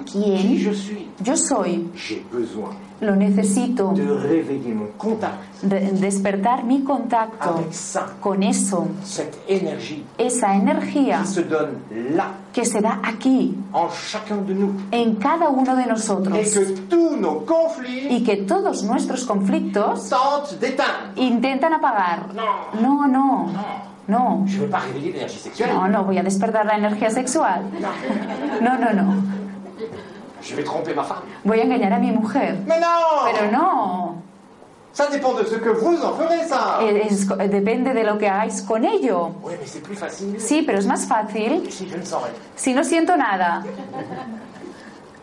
Speaker 2: qui
Speaker 1: quién
Speaker 2: je suis.
Speaker 1: yo soy.
Speaker 2: J'ai besoin
Speaker 1: Lo necesito
Speaker 2: de réveiller mon contact
Speaker 1: de- despertar mi contacto
Speaker 2: avec ça,
Speaker 1: con eso,
Speaker 2: cette énergie
Speaker 1: esa energía
Speaker 2: qui se donne là,
Speaker 1: que se da aquí,
Speaker 2: en chacun de nous.
Speaker 1: en cada uno de
Speaker 2: Et
Speaker 1: nosotros,
Speaker 2: que tous nos conflits
Speaker 1: y que todos nuestros conflictos
Speaker 2: tentent d'éteindre.
Speaker 1: Intentan apagar.
Speaker 2: No.
Speaker 1: No, no. No.
Speaker 2: Je ne vais pas réveiller l'énergie sexuelle.
Speaker 1: No, no, voy a despertar la energía sexual. No, no, no.
Speaker 2: Je vais tromper ma femme.
Speaker 1: Voy a engañar a mi mujer.
Speaker 2: Mais non
Speaker 1: Pero no.
Speaker 2: Ça dépend de ce que vous en ferez, ça
Speaker 1: Eh, es- depende de lo que hagáis con ello.
Speaker 2: Oui, mais c'est plus facile
Speaker 1: Sí, pero es más fácil
Speaker 2: si je ne sens rien.
Speaker 1: si no siento nada.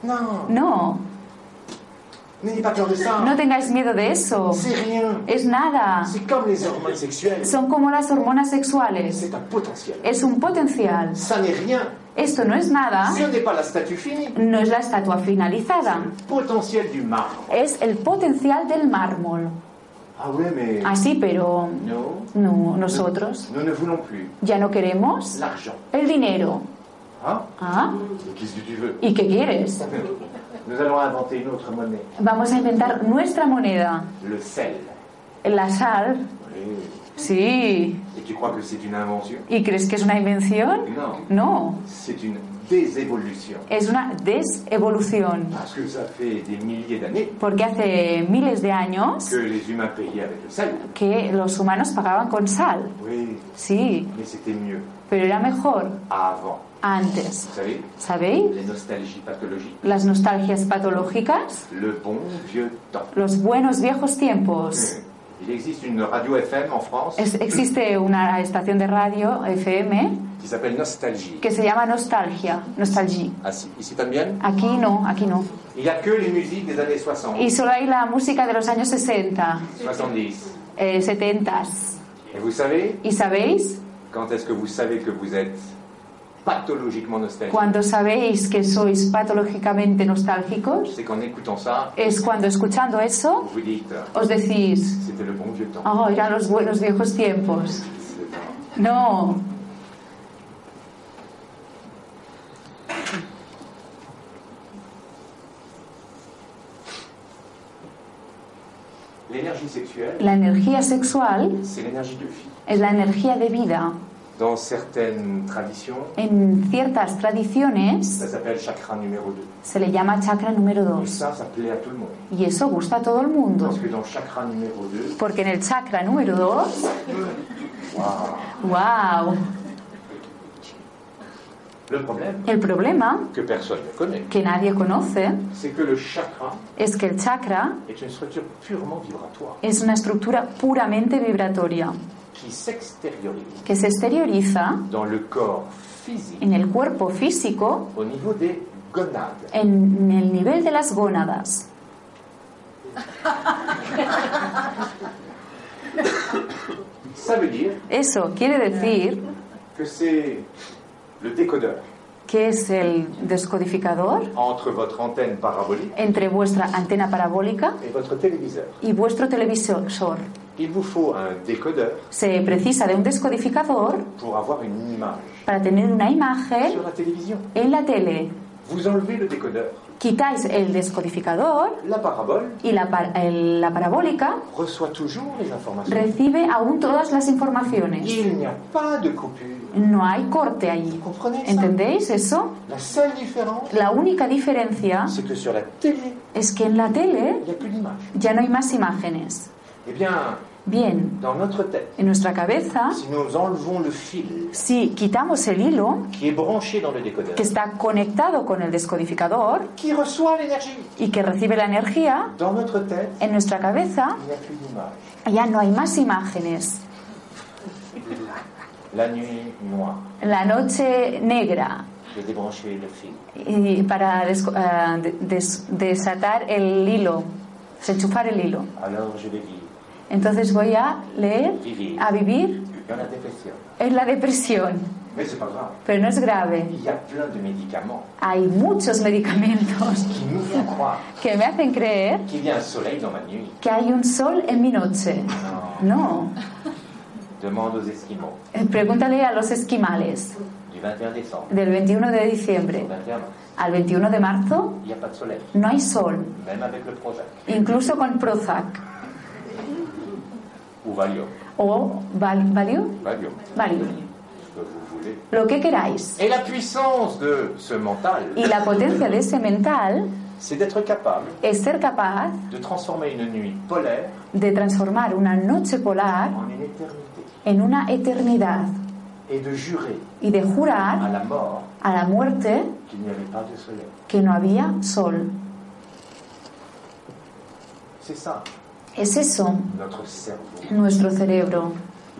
Speaker 2: Non,
Speaker 1: No.
Speaker 2: n'ayez pas peur de ça.
Speaker 1: No tengáis miedo de eso.
Speaker 2: C'est rien.
Speaker 1: Es nada.
Speaker 2: C'est comme les hormones sexuelles.
Speaker 1: Son como las hormonas sexuales.
Speaker 2: C'est un potentiel.
Speaker 1: Es un potencial.
Speaker 2: Ça n'est rien.
Speaker 1: Esto no es nada.
Speaker 2: Ce n'est pas la statue finie.
Speaker 1: No es la estatua finalizada.
Speaker 2: Le potentiel du marbre.
Speaker 1: Es el potencial del mármol.
Speaker 2: Ah ouais, mais...
Speaker 1: Así, pero
Speaker 2: Non.
Speaker 1: no, nosotros
Speaker 2: Nous ne voulons plus
Speaker 1: ya no queremos
Speaker 2: l'argent.
Speaker 1: el dinero.
Speaker 2: Hein
Speaker 1: ¿Ah?
Speaker 2: Qu'est-ce que tu veux
Speaker 1: ¿Y qué quieres?
Speaker 2: Nous allons inventer une autre monnaie.
Speaker 1: Vamos a inventar nuestra moneda,
Speaker 2: Le sel.
Speaker 1: la sal.
Speaker 2: Oui.
Speaker 1: Sí.
Speaker 2: Et tu crois que c'est une invention
Speaker 1: ¿Y crees que es una invención?
Speaker 2: Non.
Speaker 1: No,
Speaker 2: C'est une désévolution.
Speaker 1: es una desevolución.
Speaker 2: Parce que ça fait des milliers d'années
Speaker 1: Porque hace miles de años
Speaker 2: que les humains payaient avec le sel.
Speaker 1: que los humanos pagaban con sal.
Speaker 2: Oui,
Speaker 1: Sí,
Speaker 2: mais c'était mieux
Speaker 1: pero era mejor
Speaker 2: avant.
Speaker 1: antes.
Speaker 2: Vous savez,
Speaker 1: ¿Sabéis?
Speaker 2: les nostalgies pathologiques,
Speaker 1: Las nostalgias patológicas,
Speaker 2: le bon vieux temps.
Speaker 1: los buenos viejos tiempos.
Speaker 2: Il existe une radio FM en France
Speaker 1: Es- existe una estación de radio FM
Speaker 2: qui s'appelle Nostalgie.
Speaker 1: que se llama Nostalgia, Nostalgie.
Speaker 2: Ah, si, ici, t'aimes bien
Speaker 1: Aquí no, aquí no.
Speaker 2: Il n'y a que les musiques des années 60,
Speaker 1: Y solo hay la música de los años 60,
Speaker 2: 70.
Speaker 1: eh, 70.
Speaker 2: Et vous savez,
Speaker 1: ¿Y sabéis?
Speaker 2: quand est-ce que vous savez que vous êtes pathologiquement nostalgique
Speaker 1: Cuando sabéis que sois patológicamente nostálgicos,
Speaker 2: C'est qu'en écoutant ça,
Speaker 1: es cuando escuchando
Speaker 2: vous
Speaker 1: eso
Speaker 2: vous dites,
Speaker 1: os decís,
Speaker 2: c'était le bon vieux temps.
Speaker 1: oh, eran los buenos viejos tiempos.
Speaker 2: C'est pas-
Speaker 1: No,
Speaker 2: L'énergie sexuelle,
Speaker 1: la energía sexual
Speaker 2: c'est l'énergie de vie.
Speaker 1: es la energía de vida.
Speaker 2: Dans certaines traditions,
Speaker 1: En ciertas tradiciones
Speaker 2: ça s'appelle chakra numéro 2.
Speaker 1: se le llama chakra número
Speaker 2: Et
Speaker 1: 2.
Speaker 2: ça, ça plaît à tout le monde.
Speaker 1: Y eso gusta a todo el mundo.
Speaker 2: Parce que dans chakra numéro 2,
Speaker 1: Porque en el chakra número 2, wow,
Speaker 2: le problème
Speaker 1: el problema
Speaker 2: que personne ne connaît,
Speaker 1: que nadie conoce
Speaker 2: c'est que le chakra
Speaker 1: es que el chakra
Speaker 2: est une structure purement vibratoire.
Speaker 1: es una estructura puramente vibratoria.
Speaker 2: qui s'extériorise
Speaker 1: que se exterioriza
Speaker 2: dans le corps physique
Speaker 1: en el cuerpo físico,
Speaker 2: au niveau des gonades.
Speaker 1: en el nivel de las gónadas.
Speaker 2: Ça veut dire
Speaker 1: Eso quiere decir
Speaker 2: que c'est le décodeur
Speaker 1: que es el descodificador
Speaker 2: entre votre antenne parabolique
Speaker 1: entre vuestra antena parabólica
Speaker 2: et votre téléviseur.
Speaker 1: y vuestro televisor.
Speaker 2: Il vous faut un décodeur
Speaker 1: Se precisa de un descodificador
Speaker 2: pour avoir une image
Speaker 1: para tener una imagen
Speaker 2: sur la télévision.
Speaker 1: en la tele.
Speaker 2: Vous enlevez le décodeur,
Speaker 1: Quitáis el descodificador
Speaker 2: la parabole
Speaker 1: y la, par- el- la parabólica
Speaker 2: reçoit toujours les informations.
Speaker 1: recibe aún todas las informaciones.
Speaker 2: Il n'y a pas de coupure.
Speaker 1: No hay corte allí.
Speaker 2: Vous comprenez ça
Speaker 1: ¿Entendéis eso?
Speaker 2: La seule différence,
Speaker 1: La única diferencia
Speaker 2: c'est que sur la télé,
Speaker 1: es que en la tele
Speaker 2: il n'y a plus d'image.
Speaker 1: ya no hay más imágenes.
Speaker 2: Eh bien,
Speaker 1: Bien,
Speaker 2: dans notre tête,
Speaker 1: en nuestra cabeza,
Speaker 2: si nous enlevons le fil
Speaker 1: si quitamos el hilo
Speaker 2: qui est branché dans le décodeur,
Speaker 1: que está conectado con el descodificador
Speaker 2: qui reçoit l'énergie,
Speaker 1: y que recibe la energía,
Speaker 2: dans notre tête,
Speaker 1: en nuestra cabeza
Speaker 2: il n'y a plus d'image. [LAUGHS]
Speaker 1: ya no hay más imágenes.
Speaker 2: La nuit noire,
Speaker 1: La noche negra,
Speaker 2: j'ai débranché le fil.
Speaker 1: y para desco- eh, de- des- desatar el hilo, desenchufar el hilo.
Speaker 2: Alors je vais vivre
Speaker 1: Entonces voy a leer,
Speaker 2: Vivir.
Speaker 1: a vivir
Speaker 2: dans la dépression.
Speaker 1: en la depresión,
Speaker 2: Mais c'est pas grave.
Speaker 1: pero no es grave.
Speaker 2: Il y a plein de médicaments
Speaker 1: Hay muchos medicamentos
Speaker 2: qui nous font croire
Speaker 1: que me hacen creer
Speaker 2: qu'il y a un soleil dans ma nuit.
Speaker 1: que hay un sol en mi noche.
Speaker 2: Non.
Speaker 1: No,
Speaker 2: Demande aux Esquimaux
Speaker 1: Eh, pregúntale a los esquimales
Speaker 2: du 21 décembre
Speaker 1: del 21 de
Speaker 2: au
Speaker 1: diciembre
Speaker 2: 21 mars.
Speaker 1: al 21 de marzo
Speaker 2: Il n'y a pas de soleil,
Speaker 1: no hay sol,
Speaker 2: même avec le Prozac
Speaker 1: incluso con Prozac
Speaker 2: ou Valium.
Speaker 1: o Val- Valium,
Speaker 2: Valium,
Speaker 1: Valium,
Speaker 2: ce que vous voulez.
Speaker 1: lo que queráis.
Speaker 2: Et la puissance de ce mental,
Speaker 1: Y la potencia de ese mental
Speaker 2: c'est d'être capable
Speaker 1: es ser capaz
Speaker 2: de transformer une nuit polaire
Speaker 1: de transformar una noche polar
Speaker 2: en une éternité
Speaker 1: en una eternidad
Speaker 2: et de jurer
Speaker 1: y de
Speaker 2: à
Speaker 1: jurar
Speaker 2: la mort
Speaker 1: a la muerte
Speaker 2: qu'il n'y avait pas de soleil.
Speaker 1: que no había sol.
Speaker 2: C'est ça,
Speaker 1: Es eso,
Speaker 2: notre cerveau.
Speaker 1: nuestro cerebro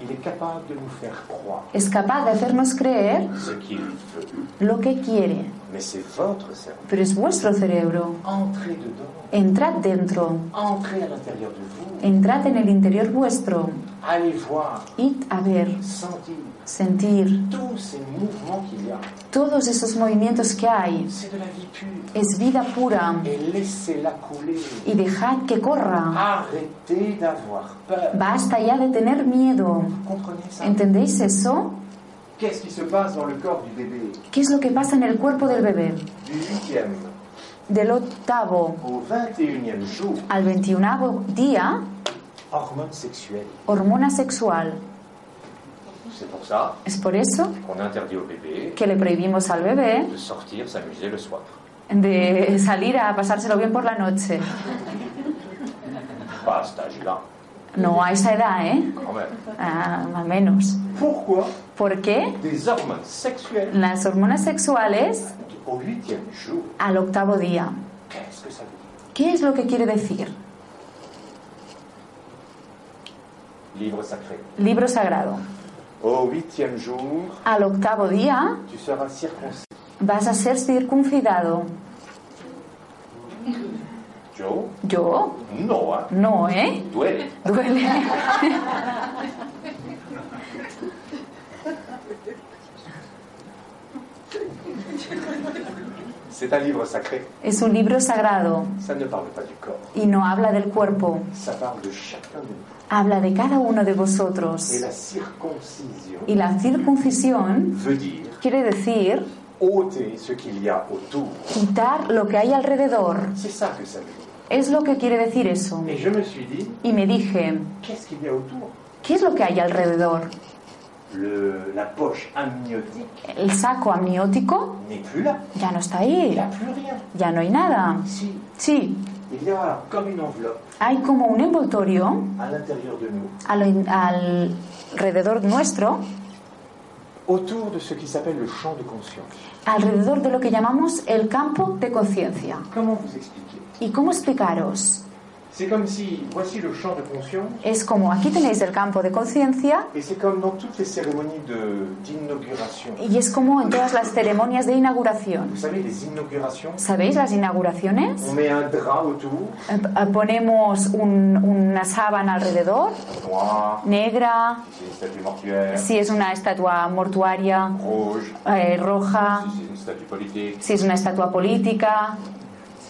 Speaker 2: Il est capable de nous faire croire
Speaker 1: es capaz de hacernos creer
Speaker 2: ce qu'il veut.
Speaker 1: lo que quiere,
Speaker 2: Mais c'est votre cerveau.
Speaker 1: pero es vuestro cerebro.
Speaker 2: Entrez dedans,
Speaker 1: Entrad dentro,
Speaker 2: entrez à l'intérieur de vous,
Speaker 1: entrad en el interior vuestro,
Speaker 2: allez voir,
Speaker 1: id a ver,
Speaker 2: sentir
Speaker 1: sentir
Speaker 2: tous ces mouvements qu'il y a.
Speaker 1: todos esos movimientos que hay.
Speaker 2: C'est de la vie pure.
Speaker 1: Es vida pura
Speaker 2: Et laissez-la couler.
Speaker 1: y dejad que corra.
Speaker 2: Arrêtez d'avoir peur.
Speaker 1: Basta ya de tener miedo.
Speaker 2: Vous comprenez ça
Speaker 1: ¿Entendéis eso?
Speaker 2: Qu'est-ce qui se passe dans le corps du bébé
Speaker 1: ¿Qué es lo que pasa en el cuerpo del bebé?
Speaker 2: du 8e
Speaker 1: Del octavo
Speaker 2: au 21e jour
Speaker 1: al 21 día,
Speaker 2: Hormones sexuelles.
Speaker 1: hormona sexual.
Speaker 2: C'est pour ça
Speaker 1: Es por eso
Speaker 2: qu'on interdit au bébé
Speaker 1: que le prohibimos al bebé
Speaker 2: de sortir s'amuser le soir.
Speaker 1: de salir a pasárselo bien por la noche.
Speaker 2: Pas à cet âge-là,
Speaker 1: No a esa edad, ¿eh?
Speaker 2: quand même.
Speaker 1: Ah, más o menos.
Speaker 2: Pourquoi
Speaker 1: ¿Por qué?
Speaker 2: des hormones sexuelles
Speaker 1: Las hormonas sexuales
Speaker 2: au 8e jour
Speaker 1: al octavo día.
Speaker 2: Qu'est-ce que ça veut dire
Speaker 1: ¿Qué es lo que quiere decir?
Speaker 2: Livre sacré.
Speaker 1: Libro sagrado.
Speaker 2: Au 8e jour,
Speaker 1: Al octavo día
Speaker 2: tu seras circoncis.
Speaker 1: vas a ser circuncidado.
Speaker 2: Joe
Speaker 1: Yo
Speaker 2: Non, hein
Speaker 1: no, ¿eh?
Speaker 2: Duel.
Speaker 1: Duele.
Speaker 2: C'est un livre sacré.
Speaker 1: Es un libro sagrado
Speaker 2: Ça ne parle pas du corps.
Speaker 1: y no habla del cuerpo,
Speaker 2: Ça parle de chacun de nous.
Speaker 1: habla de cada uno de
Speaker 2: Et
Speaker 1: vosotros.
Speaker 2: la circoncision
Speaker 1: Y la circuncisión
Speaker 2: veut dire
Speaker 1: quiere decir
Speaker 2: ôter ce qu'il y a autour.
Speaker 1: quitar lo que hay alrededor.
Speaker 2: C'est ça que ça veut dire.
Speaker 1: Es lo que quiere decir eso.
Speaker 2: Et je me suis dit,
Speaker 1: Y me dije,
Speaker 2: qu'est-ce qu'il y a autour
Speaker 1: ¿qué es lo que hay alrededor?
Speaker 2: Le- La poche amniotique
Speaker 1: El saco amniótico
Speaker 2: n'est plus là.
Speaker 1: ya no está
Speaker 2: Il n'y
Speaker 1: ahí,
Speaker 2: a plus rien.
Speaker 1: ya no hay nada.
Speaker 2: Si,
Speaker 1: Sí,
Speaker 2: il y a comme une enveloppe
Speaker 1: hay como un envoltorio
Speaker 2: à l'intérieur de nous,
Speaker 1: a lo in- al- alrededor nuestro,
Speaker 2: autour de ce qui s'appelle le champ de conscience.
Speaker 1: alrededor de lo que llamamos el campo de conciencia.
Speaker 2: Comment vous expliquer
Speaker 1: ¿Y cómo explicaros?
Speaker 2: C'est comme si, voici le champ de conscience,
Speaker 1: Es como, aquí tenéis el campo de conciencia
Speaker 2: et c'est comme dans toutes les cérémonies de- d'inauguration.
Speaker 1: y es como en todas las ceremonias de inauguración.
Speaker 2: Vous savez, les inaugurations,
Speaker 1: ¿Sabéis las inauguraciones?
Speaker 2: on met un drap autour,
Speaker 1: Eh, eh, Ponemos un- una sábana alrededor,
Speaker 2: noir,
Speaker 1: negra,
Speaker 2: si c'est une statue mortuaire,
Speaker 1: si es una estatua mortuaria,
Speaker 2: rouge,
Speaker 1: eh, roja,
Speaker 2: si c'est une statue politique.
Speaker 1: si es una estatua política.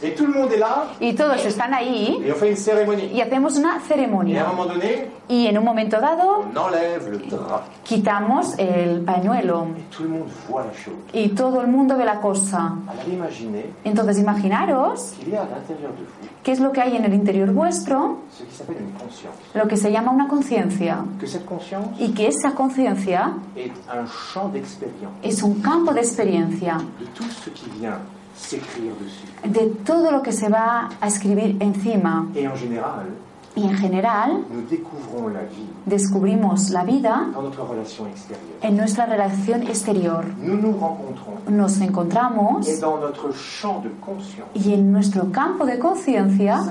Speaker 2: Et tout le monde est là,
Speaker 1: Y todos están ahí
Speaker 2: et on fait une cérémonie.
Speaker 1: y hacemos
Speaker 2: Et
Speaker 1: una
Speaker 2: à un
Speaker 1: ceremonia.
Speaker 2: moment donné,
Speaker 1: Y en un momento dado
Speaker 2: on enlève le drap,
Speaker 1: quitamos el pañuelo
Speaker 2: et tout le monde voit la chose.
Speaker 1: y todo el mundo ve la cosa.
Speaker 2: Alors imaginez
Speaker 1: Entonces imaginaros
Speaker 2: qu'il y a à l'intérieur de vous
Speaker 1: qué es lo que hay en el interior vuestro,
Speaker 2: ce qui s'appelle une conscience.
Speaker 1: lo que se llama una conciencia.
Speaker 2: Que cette conscience
Speaker 1: Y que esa conciencia
Speaker 2: est un champ d'expérience.
Speaker 1: es un campo de experiencia
Speaker 2: Et tout ce qui vient s'écrire dessus.
Speaker 1: de todo lo que se va a escribir encima.
Speaker 2: Et en général,
Speaker 1: Y en general
Speaker 2: nous découvrons la vie
Speaker 1: descubrimos la vida
Speaker 2: dans notre relation extérieure.
Speaker 1: en nuestra relación exterior.
Speaker 2: Nous nous rencontrons
Speaker 1: Nos encontramos
Speaker 2: et dans notre champ de conscience
Speaker 1: y en nuestro campo de conciencia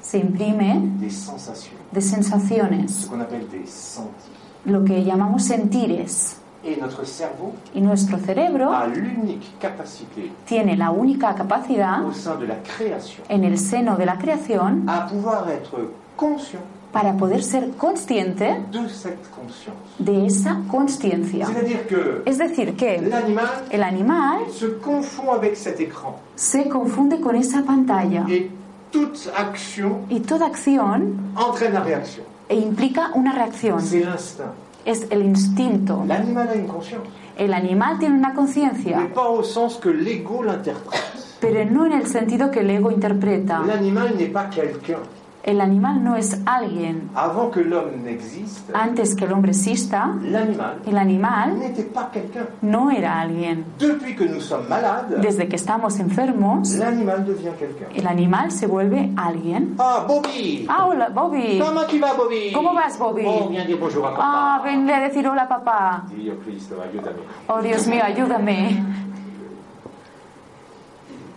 Speaker 2: s'impriment
Speaker 1: se imprime
Speaker 2: des sensations,
Speaker 1: de
Speaker 2: ce
Speaker 1: sensaciones,
Speaker 2: qu'on appelle des sentis.
Speaker 1: lo que llamamos sentires.
Speaker 2: Et notre cerveau
Speaker 1: Y nuestro cerebro
Speaker 2: a l'unique capacité
Speaker 1: tiene la única capacidad
Speaker 2: au sein de la création
Speaker 1: en el seno de la creación
Speaker 2: à pouvoir être conscient
Speaker 1: para poder ser consciente
Speaker 2: de cette conscience.
Speaker 1: de esa conciencia.
Speaker 2: C'est-à-dire que
Speaker 1: Es decir, que
Speaker 2: l'animal
Speaker 1: el animal
Speaker 2: se confond avec cet écran
Speaker 1: se confunde con esa pantalla
Speaker 2: et toute action
Speaker 1: y toda acción
Speaker 2: entraîne la réaction.
Speaker 1: e implica una reacción.
Speaker 2: C'est l'instinct.
Speaker 1: Es el instinto.
Speaker 2: L'animal a une conscience,
Speaker 1: El animal tiene una conciencia,
Speaker 2: mais pas au sens que l'ego l'interprète.
Speaker 1: pero no en el sentido que el ego interpreta.
Speaker 2: L'animal n'est pas quelqu'un.
Speaker 1: El animal no es alguien.
Speaker 2: Avant que l'homme n'existe,
Speaker 1: Antes que el hombre exista,
Speaker 2: l'animal
Speaker 1: el animal
Speaker 2: n'était pas quelqu'un.
Speaker 1: no era alguien.
Speaker 2: Depuis que nous sommes malades,
Speaker 1: Desde que estamos enfermos,
Speaker 2: l'animal devient quelqu'un.
Speaker 1: el animal se vuelve alguien.
Speaker 2: Ah, Bobby
Speaker 1: Ah, hola, Bobby.
Speaker 2: Comment tu vas, Bobby
Speaker 1: Comment vas, Bobby
Speaker 2: Oh, viens dire bonjour à papa.
Speaker 1: Ah, venle a decir hola, papá.
Speaker 2: Dis au Christ, aiutami.
Speaker 1: Oh, Dios mío, ayúdame.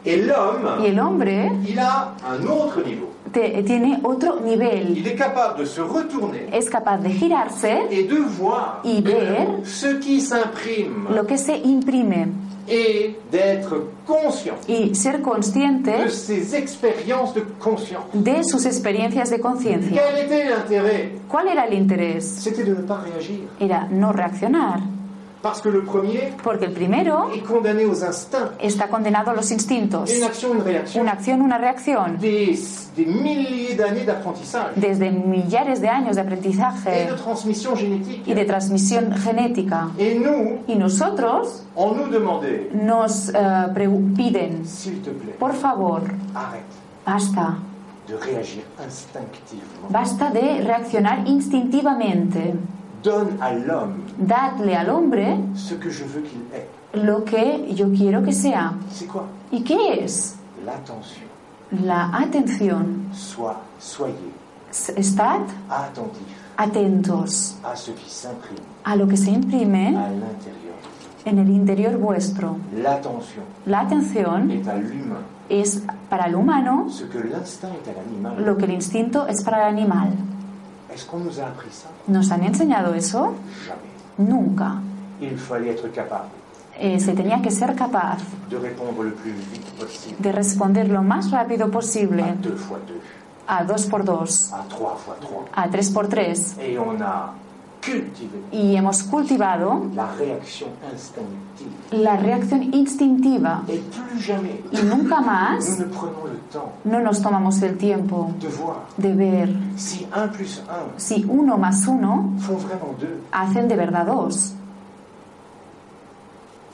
Speaker 2: Et
Speaker 1: Y
Speaker 2: l'homme,
Speaker 1: el hombre
Speaker 2: il a un autre niveau.
Speaker 1: te- tiene otro nivel.
Speaker 2: Il est capable de se retourner
Speaker 1: Es capaz de girarse
Speaker 2: et de voir
Speaker 1: y ver
Speaker 2: ce qui s'imprime
Speaker 1: lo que se imprime
Speaker 2: et d'être conscient
Speaker 1: y ser consciente
Speaker 2: de ses expériences de conscience.
Speaker 1: de sus experiencias de conciencia.
Speaker 2: Quel était l'intérêt
Speaker 1: ¿Cuál era el interés?
Speaker 2: C'était de ne pas réagir.
Speaker 1: Era no reaccionar,
Speaker 2: Parce que le premier
Speaker 1: porque el primero
Speaker 2: est condamné aux instincts.
Speaker 1: está condenado a los instintos.
Speaker 2: Une action, une réaction.
Speaker 1: Una acción, una reacción.
Speaker 2: Des, des milliers d'années d'apprentissage
Speaker 1: Desde millares de años de
Speaker 2: et
Speaker 1: aprendizaje
Speaker 2: de transmission génétique.
Speaker 1: y de transmisión genética.
Speaker 2: Et nous,
Speaker 1: Y nosotros
Speaker 2: on nous demandait,
Speaker 1: nos eh, pregu- piden,
Speaker 2: s'il te plaît,
Speaker 1: por favor,
Speaker 2: arrête
Speaker 1: basta,
Speaker 2: de réagir instinctivement.
Speaker 1: basta de reaccionar instintivamente.
Speaker 2: Donne à l'homme
Speaker 1: Dadle al hombre
Speaker 2: ce que je veux qu'il ait.
Speaker 1: lo que yo quiero que sea.
Speaker 2: C'est quoi
Speaker 1: ¿Y qué es?
Speaker 2: L'attention.
Speaker 1: La atención.
Speaker 2: Sois, soyez
Speaker 1: S- Estad
Speaker 2: attentif
Speaker 1: atentos
Speaker 2: à ce qui s'imprime
Speaker 1: a lo que se imprime
Speaker 2: à l'intérieur.
Speaker 1: en el interior vuestro.
Speaker 2: L'attention
Speaker 1: La atención
Speaker 2: est à l'humain
Speaker 1: es para el humano
Speaker 2: ce que l'instinct est à l'animal.
Speaker 1: lo que el instinto es para el animal.
Speaker 2: Est-ce qu'on nous a appris ça
Speaker 1: ¿Nos han enseñado eso?
Speaker 2: Jamais.
Speaker 1: Nunca.
Speaker 2: Il fallait être capable
Speaker 1: Eh, se tenía que ser capaz
Speaker 2: de répondre le plus vite possible
Speaker 1: de responder lo más rápido
Speaker 2: à
Speaker 1: posible
Speaker 2: deux fois deux,
Speaker 1: a 2x2,
Speaker 2: à trois fois trois.
Speaker 1: a 3x3
Speaker 2: Et on a cultivé
Speaker 1: y hemos cultivado
Speaker 2: la réaction instinctive.
Speaker 1: la reacción instintiva
Speaker 2: Et plus jamais,
Speaker 1: y nunca
Speaker 2: nous
Speaker 1: más
Speaker 2: ne prenons le temps
Speaker 1: no nos tomamos el tiempo
Speaker 2: de voir
Speaker 1: de ver
Speaker 2: si 1 plus 1
Speaker 1: si uno más uno
Speaker 2: font vraiment 2.
Speaker 1: hacen de verdad dos.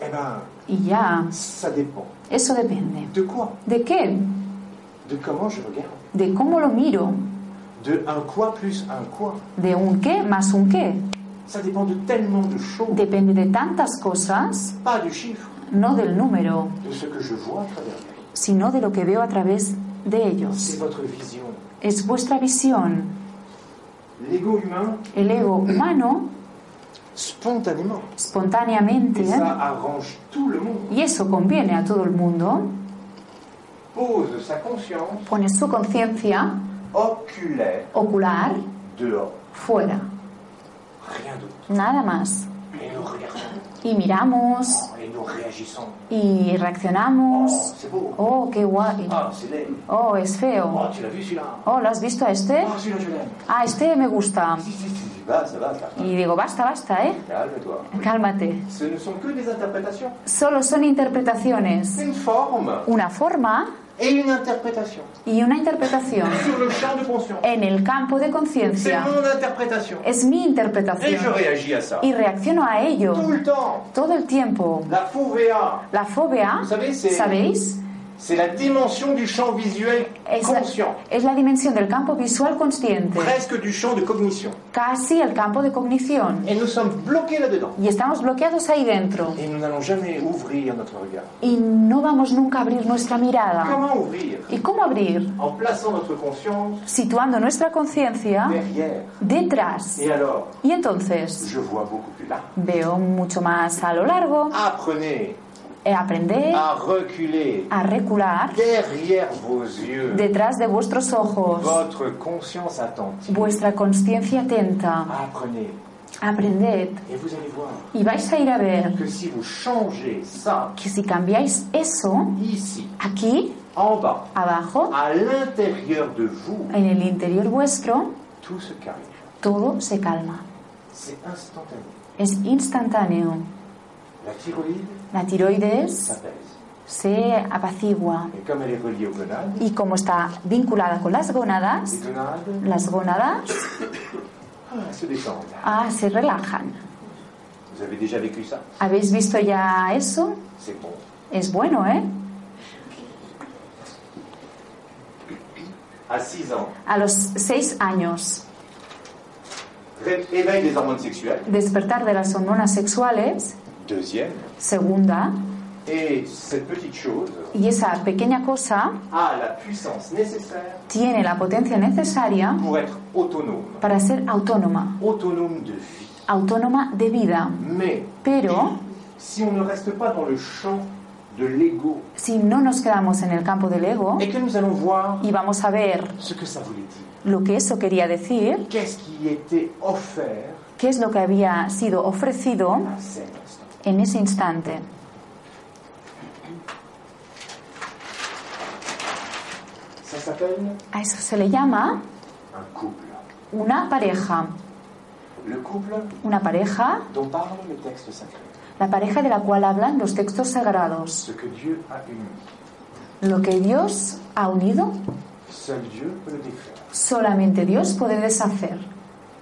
Speaker 2: Eh ben,
Speaker 1: Y ya,
Speaker 2: ça dépend.
Speaker 1: eso depende.
Speaker 2: De quoi
Speaker 1: ¿De qué?
Speaker 2: De comment je regarde
Speaker 1: ¿De cómo lo miro?
Speaker 2: De un quoi plus un quoi
Speaker 1: ¿De un qué más un qué?
Speaker 2: Ça dépend de tellement de choses,
Speaker 1: Depende de tantas cosas,
Speaker 2: pas du chiffre,
Speaker 1: no del número,
Speaker 2: de ce que je vois à travers lui.
Speaker 1: sino de lo que veo a través de
Speaker 2: C'est
Speaker 1: ellos.
Speaker 2: votre vision.
Speaker 1: Es vuestra visión.
Speaker 2: L'ego humain,
Speaker 1: El ego humano,
Speaker 2: spontanément,
Speaker 1: espontáneamente,
Speaker 2: et ça arrange tout le monde,
Speaker 1: y eso conviene a todo el mundo,
Speaker 2: pose sa conscience
Speaker 1: pone su conciencia
Speaker 2: oculaire
Speaker 1: Ocular,
Speaker 2: dehors.
Speaker 1: fuera.
Speaker 2: Rien d'autre.
Speaker 1: Nada más.
Speaker 2: Et nous regardons.
Speaker 1: Y miramos
Speaker 2: Oh, Et nous réagissons.
Speaker 1: y
Speaker 2: Oh,
Speaker 1: reaccionamos.
Speaker 2: c'est beau.
Speaker 1: Oh, qué guay.
Speaker 2: Ah, c'est laid.
Speaker 1: Oh, es feo.
Speaker 2: Oh, tu l'as vu celui-là
Speaker 1: Oh, ¿lo has visto a este?
Speaker 2: Oh, celui-là, je l'aime.
Speaker 1: Ah, este me gusta.
Speaker 2: Si, si, si, va, ça va, ça va.
Speaker 1: Y digo, basta, basta, ¿eh?
Speaker 2: Calme-toi.
Speaker 1: Cálmate.
Speaker 2: Ce ne sont que des interprétations.
Speaker 1: Solo son interpretaciones.
Speaker 2: C'est une forme
Speaker 1: Una forma
Speaker 2: et une interprétation.
Speaker 1: y una interpretación.
Speaker 2: Sur le champ de conscience.
Speaker 1: En el campo de
Speaker 2: C'est
Speaker 1: conciencia
Speaker 2: mon interprétation.
Speaker 1: es mi
Speaker 2: Et je
Speaker 1: interpretación
Speaker 2: réagis à ça.
Speaker 1: y reacciono a ello
Speaker 2: Tout le temps.
Speaker 1: todo el tiempo.
Speaker 2: La fovea,
Speaker 1: La fobia,
Speaker 2: ¿Sabéis? Eh,
Speaker 1: ¿sabéis?
Speaker 2: c'est la dimension du champ visuel
Speaker 1: Es la,
Speaker 2: conscient.
Speaker 1: es la dimensión del campo visual consciente,
Speaker 2: Presque du champ de cognition.
Speaker 1: casi el campo de cognición.
Speaker 2: Et nous sommes bloqués là-dedans.
Speaker 1: Y estamos bloqueados ahí dentro.
Speaker 2: Et nous n'allons jamais ouvrir notre regard.
Speaker 1: Y no vamos nunca a abrir nuestra mirada.
Speaker 2: Comment ouvrir
Speaker 1: ¿Y cómo abrir?
Speaker 2: En plaçant notre conscience
Speaker 1: Situando nuestra
Speaker 2: Ah.
Speaker 1: conciencia
Speaker 2: derrière.
Speaker 1: detrás.
Speaker 2: Et alors,
Speaker 1: Y entonces
Speaker 2: je vois beaucoup plus large.
Speaker 1: veo mucho más a lo largo,
Speaker 2: Apprenez
Speaker 1: eh, aprender
Speaker 2: à reculer
Speaker 1: a recular
Speaker 2: derrière vos yeux
Speaker 1: detrás de vuestros ojos,
Speaker 2: votre conscience attentive.
Speaker 1: vuestra consciencia atenta.
Speaker 2: Apprenez.
Speaker 1: Aprended
Speaker 2: Et vous allez voir
Speaker 1: y vais a ir a ver
Speaker 2: que si vous changez ça
Speaker 1: que si cambiáis eso
Speaker 2: ici,
Speaker 1: aquí,
Speaker 2: en bas,
Speaker 1: abajo,
Speaker 2: à l'intérior de vous,
Speaker 1: en el interior vuestro,
Speaker 2: tout se calme.
Speaker 1: todo se calma.
Speaker 2: C'est instantané.
Speaker 1: Es instantáneo.
Speaker 2: La thyroïde
Speaker 1: La tiroides
Speaker 2: s'apaise.
Speaker 1: se apacigua.
Speaker 2: Et comme elle est reliée aux gonades,
Speaker 1: Y como está vinculada con las
Speaker 2: les
Speaker 1: gónadas,
Speaker 2: gonades
Speaker 1: las gónadas
Speaker 2: ah, se détendent.
Speaker 1: ah, se relajan.
Speaker 2: Vous avez déjà vécu ça
Speaker 1: ¿Habéis visto ya eso?
Speaker 2: C'est bon.
Speaker 1: Es bueno, ¿eh?
Speaker 2: À 6 ans,
Speaker 1: A los seis años
Speaker 2: ré- éveil des hormones sexuelles.
Speaker 1: Despertar de las hormonas sexuales,
Speaker 2: Deuxième.
Speaker 1: segunda,
Speaker 2: Et cette petite chose
Speaker 1: y esa pequeña cosa
Speaker 2: a la puissance nécessaire
Speaker 1: tiene la potencia necesaria
Speaker 2: pour être autonome.
Speaker 1: para ser autónoma,
Speaker 2: Autonome de vie.
Speaker 1: autónoma de vida.
Speaker 2: Mais
Speaker 1: Pero
Speaker 2: si on ne reste pas dans le champ de l'ego
Speaker 1: si no nos quedamos en el campo del ego
Speaker 2: et que nous allons voir
Speaker 1: y vamos a ver
Speaker 2: ce que ça voulait dire,
Speaker 1: lo que eso quería decir,
Speaker 2: qu'est-ce qui était offert
Speaker 1: qué es lo que había sido ofrecido
Speaker 2: à cet instant.
Speaker 1: en ese instante.
Speaker 2: Ça s'appelle
Speaker 1: A eso se le llama
Speaker 2: un couple.
Speaker 1: una pareja.
Speaker 2: Le couple
Speaker 1: Una pareja,
Speaker 2: dont parle le texte sacré.
Speaker 1: la pareja de la cual hablan los textos sagrados.
Speaker 2: Ce que Dieu a uni.
Speaker 1: Lo que Dios ha unido
Speaker 2: Seul Dieu peut le défaire.
Speaker 1: Solamente Dios puede deshacer.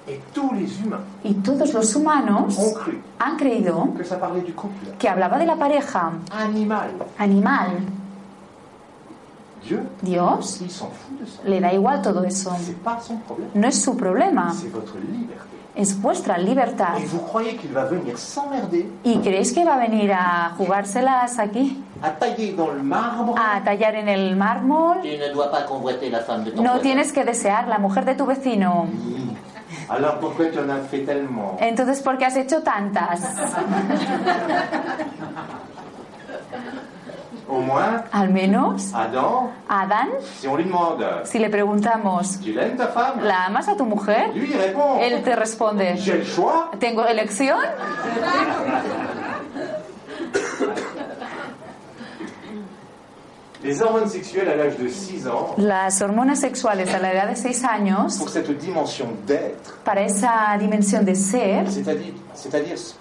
Speaker 2: Et tous les humains
Speaker 1: Y todos los humanos
Speaker 2: ont cru
Speaker 1: han creído
Speaker 2: que ça parlait du couple
Speaker 1: que hablaba de la pareja
Speaker 2: animal.
Speaker 1: animal.
Speaker 2: Dieu,
Speaker 1: Dios
Speaker 2: il s'en fout de ça.
Speaker 1: le da igual todo eso.
Speaker 2: C'est pas son problème.
Speaker 1: No es su problema,
Speaker 2: C'est votre liberté.
Speaker 1: es vuestra libertad.
Speaker 2: Et vous croyez qu'il va venir s'emmerder
Speaker 1: ¿Y creéis que va a venir a jugárselas aquí?
Speaker 2: à tailler dans le marbre
Speaker 1: ¿A tallar en el mármol?
Speaker 3: Tu ne dois pas convoiter la femme de ton
Speaker 1: No
Speaker 3: voisin.
Speaker 1: tienes que desear la mujer de tu vecino.
Speaker 2: Alors pourquoi tu en as fait tellement
Speaker 1: Entonces, ¿por qué has hecho tantas?
Speaker 2: Au moins,
Speaker 1: Al menos,
Speaker 2: Adam,
Speaker 1: a Adán,
Speaker 2: si on lui demande
Speaker 1: si le preguntamos,
Speaker 2: Tu l'aimes ta femme
Speaker 1: ¿la amas a tu mujer?
Speaker 2: Lui, il répond
Speaker 1: Él te responde,
Speaker 2: J'ai le choix.
Speaker 1: ¿Tengo elección?
Speaker 2: Les hormones sexuelles à l'âge de 6 ans,
Speaker 1: Las hormonas sexuales a la edad de 6 años,
Speaker 2: pour cette dimension d'être,
Speaker 1: para esa dimensión de ser,
Speaker 2: c'est-à-dire c'est-à-dire ce-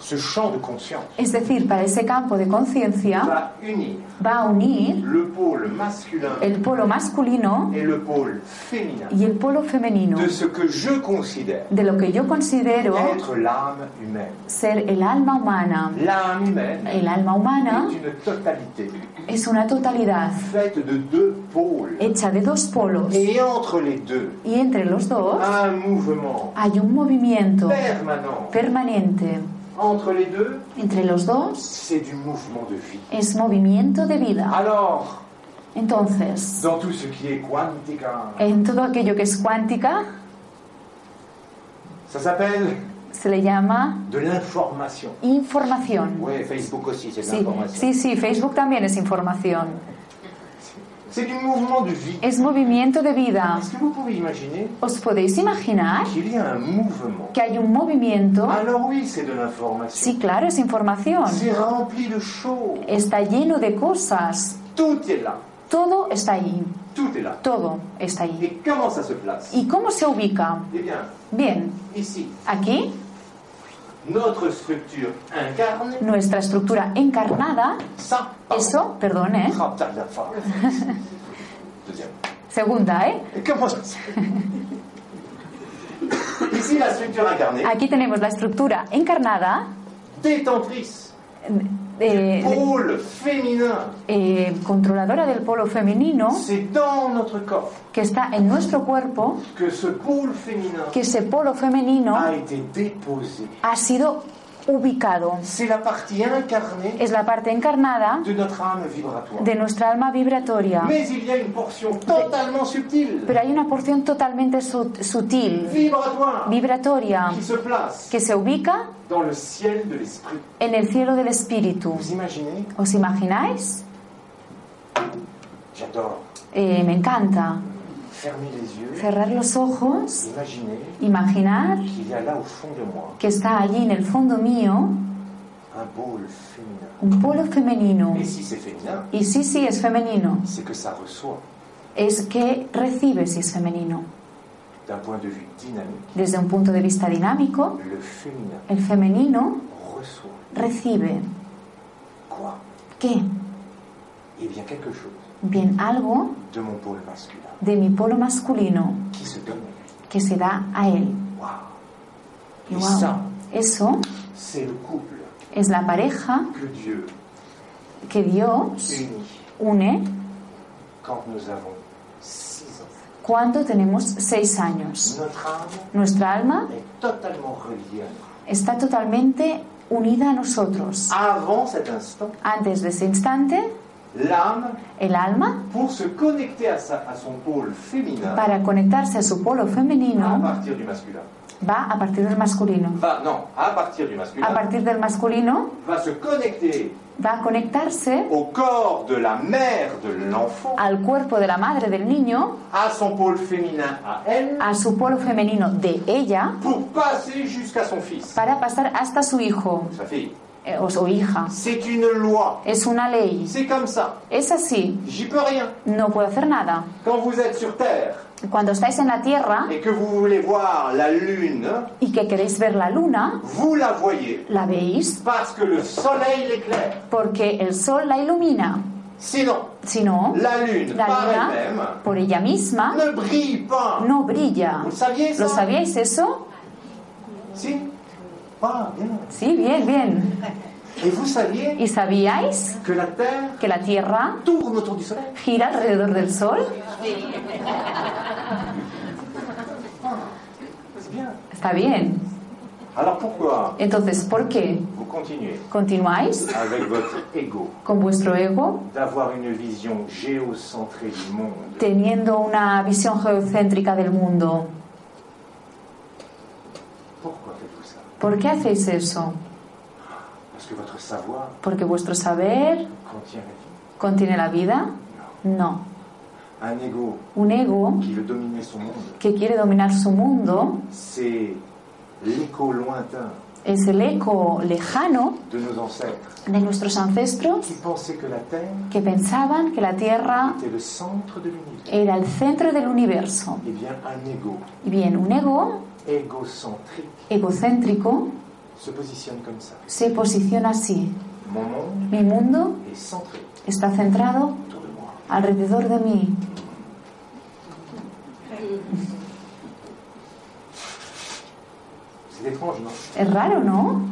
Speaker 2: ce champ de conscience,
Speaker 1: es decir, para ese campo de conciencia,
Speaker 2: va unir
Speaker 1: va a unir
Speaker 2: le pôle masculin
Speaker 1: el polo masculino
Speaker 2: et le pôle féminin
Speaker 1: y el polo femenino,
Speaker 2: de ce que je considère
Speaker 1: de lo que yo considero
Speaker 2: être l'âme humaine.
Speaker 1: ser el alma humana.
Speaker 2: L'âme humaine
Speaker 1: El alma humana
Speaker 2: est une totalité
Speaker 1: es una totalidad
Speaker 2: faite de deux pôles.
Speaker 1: hecha de dos polos
Speaker 2: Et entre les deux,
Speaker 1: y entre los dos
Speaker 2: un mouvement
Speaker 1: hay un movimiento
Speaker 2: permanent.
Speaker 1: permanente.
Speaker 2: Entre les deux,
Speaker 1: Entre los dos
Speaker 2: c'est du mouvement de vie.
Speaker 1: es movimiento de vida.
Speaker 2: Alors,
Speaker 1: Entonces,
Speaker 2: dans tout ce qui est hein, quantica,
Speaker 1: En todo aquello que es cuántica
Speaker 2: ça s'appelle
Speaker 1: se le llama
Speaker 2: de l'information.
Speaker 1: información.
Speaker 2: Oui, Facebook aussi, c'est de
Speaker 1: Sí, sí, sí, Facebook también es información.
Speaker 2: C'est du mouvement de vie.
Speaker 1: es movimiento de vida.
Speaker 2: Est-ce que vous pouvez imaginer
Speaker 1: ¿Os podéis imaginar
Speaker 2: qu'il y a un mouvement
Speaker 1: que hay un movimiento?
Speaker 2: Alors oui, c'est de l'information.
Speaker 1: Sí, claro, es información.
Speaker 2: C'est rempli de choses.
Speaker 1: Está lleno de cosas.
Speaker 2: Tout est là.
Speaker 1: Todo está ahí.
Speaker 2: Tout est là.
Speaker 1: Todo está ahí.
Speaker 2: Et comment ça se place
Speaker 1: ¿Y cómo se ubica?
Speaker 2: Eh bien,
Speaker 1: Bien,
Speaker 2: ici,
Speaker 1: aquí
Speaker 2: notre structure incarne
Speaker 1: nuestra estructura encarnada,
Speaker 2: ça. Pardon.
Speaker 1: eso, perdón, ¿eh?
Speaker 2: Ah, putain, la [LAUGHS] fin. Deuxième.
Speaker 1: Segunda, ¿eh?
Speaker 2: Et comment ça se Ici, la structure incarnée,
Speaker 1: Aquí tenemos la estructura encarnada,
Speaker 2: détentrice,
Speaker 1: eh,
Speaker 2: pôle féminin,
Speaker 1: eh, controladora del polo femenino,
Speaker 2: c'est dans notre corps
Speaker 1: que está en nuestro cuerpo,
Speaker 2: que ce pôle féminin
Speaker 1: que ese polo femenino
Speaker 2: a été déposé.
Speaker 1: ha sido ubicado.
Speaker 2: C'est la partie incarnée
Speaker 1: Es la parte encarnada
Speaker 2: de notre âme vibratoire.
Speaker 1: de nuestra alma vibratoria.
Speaker 2: Mais il y a une portion totalement subtile,
Speaker 1: Pero hay una porción totalmente sut- sutil,
Speaker 2: vibratoire,
Speaker 1: vibratoria,
Speaker 2: qui se place
Speaker 1: que se ubica
Speaker 2: dans le ciel de l'esprit.
Speaker 1: en el cielo del espíritu.
Speaker 2: Vous imaginez
Speaker 1: ¿Os imagináis?
Speaker 2: J'adore.
Speaker 1: Eh, me encanta.
Speaker 2: Fermez les yeux,
Speaker 1: Cerrar los ojos,
Speaker 2: imaginez
Speaker 1: imaginar
Speaker 2: qu'il y a là au fond de moi
Speaker 1: que está allí en el fondo mío
Speaker 2: un pôle féminin.
Speaker 1: un polo femenino.
Speaker 2: Et si c'est féminin,
Speaker 1: Y sí, sí, es femenino.
Speaker 2: c'est que ça reçoit
Speaker 1: Es que recibe si es femenino.
Speaker 2: d'un point de vue dynamique.
Speaker 1: Desde un punto de vista dinámico,
Speaker 2: Le féminin
Speaker 1: el femenino
Speaker 2: reçoit
Speaker 1: recibe.
Speaker 2: quoi
Speaker 1: ¿Qué?
Speaker 2: Eh bien quelque chose
Speaker 1: Bien, algo
Speaker 2: de mon pôle masculin
Speaker 1: de mi polo masculino
Speaker 2: qui se donne. à
Speaker 1: que se da a él.
Speaker 2: lui. Waouh
Speaker 1: Y
Speaker 2: Et
Speaker 1: wow,
Speaker 2: ça,
Speaker 1: Eso
Speaker 2: c'est le couple
Speaker 1: es la pareja
Speaker 2: que Dieu
Speaker 1: que Dios
Speaker 2: unit
Speaker 1: une
Speaker 2: quand nous avons six ans.
Speaker 1: cuando tenemos seis años.
Speaker 2: Notre âme
Speaker 1: Nuestra alma
Speaker 2: est totalement reliée à nous.
Speaker 1: está totalmente unida a nosotros.
Speaker 2: Avant cet instant,
Speaker 1: Antes de ese instante,
Speaker 2: l'âme,
Speaker 1: el alma,
Speaker 2: pour se connecter à, sa- à son pôle féminin,
Speaker 1: para conectarse a su polo
Speaker 2: à
Speaker 1: femenino,
Speaker 2: partir du masculin,
Speaker 1: va a partir del masculino.
Speaker 2: va, non, à partir du masculin,
Speaker 1: A partir del masculino,
Speaker 2: va se connecter
Speaker 1: va a conectarse
Speaker 2: au corps de la mère de l'enfant,
Speaker 1: al cuerpo de la madre del niño,
Speaker 2: à son pôle féminin à elle,
Speaker 1: a su polo femenino de ella,
Speaker 2: pour passer jusqu'à son fils,
Speaker 1: para pasar hasta su hijo
Speaker 2: sa fille.
Speaker 1: eh, o su hija.
Speaker 2: C'est une loi.
Speaker 1: Es una ley.
Speaker 2: C'est comme ça.
Speaker 1: Es así.
Speaker 2: J'y peux rien.
Speaker 1: No puedo hacer nada.
Speaker 2: Quand vous êtes sur Terre
Speaker 1: Cuando estáis en la Tierra
Speaker 2: et que vous voulez voir la Lune,
Speaker 1: y que queréis ver la luna,
Speaker 2: vous la voyez
Speaker 1: la veis
Speaker 2: parce que le Soleil l'éclaire.
Speaker 1: porque el sol la ilumina.
Speaker 2: Sinon,
Speaker 1: Si no,
Speaker 2: la Lune,
Speaker 1: la
Speaker 2: par elle-même,
Speaker 1: luna, por ella misma,
Speaker 2: ne brille pas.
Speaker 1: no brilla.
Speaker 2: Vous le saviez, ça
Speaker 1: ¿Lo sabíais eso?
Speaker 2: Si Pas bien.
Speaker 1: Sí, bien, bien.
Speaker 2: Et vous saviez
Speaker 1: ¿Y sabíais
Speaker 2: que la Terre
Speaker 1: que la Tierra
Speaker 2: tourne autour du Soleil
Speaker 1: gira alrededor del Sol?
Speaker 2: C'est bien.
Speaker 1: Está bien.
Speaker 2: Alors pourquoi
Speaker 1: Entonces, ¿por qué
Speaker 2: vous continuez
Speaker 1: continuáis
Speaker 2: avec votre ego
Speaker 1: con vuestro ego
Speaker 2: d'avoir une vision géocentrée du monde
Speaker 1: teniendo una visión geocéntrica del mundo?
Speaker 2: Pourquoi faites-vous ça
Speaker 1: ¿Por qué hacéis eso?
Speaker 2: Parce que votre savoir
Speaker 1: ¿Porque vuestro saber
Speaker 2: contient la vie.
Speaker 1: contiene la vida? No.
Speaker 2: Un ego
Speaker 1: Un ego
Speaker 2: qui veut dominer son monde,
Speaker 1: que quiere dominar su mundo
Speaker 2: c'est l'écho lointain
Speaker 1: es el eco lejano
Speaker 2: de nos ancêtres
Speaker 1: de nuestros ancestros
Speaker 2: qui pensaient que la Terre
Speaker 1: que pensaban que la Tierra
Speaker 2: était le centre de l'univers.
Speaker 1: era el centro del universo.
Speaker 2: Eh bien, un ego
Speaker 1: Y bien, un ego
Speaker 2: égocentrique
Speaker 1: egocéntrico
Speaker 2: se positionne comme ça.
Speaker 1: se posiciona así.
Speaker 2: Mon monde
Speaker 1: Mi mundo
Speaker 2: est centré
Speaker 1: está centrado
Speaker 2: autour de moi.
Speaker 1: alrededor de mí.
Speaker 2: C'est étrange, non
Speaker 1: Es raro, ¿no?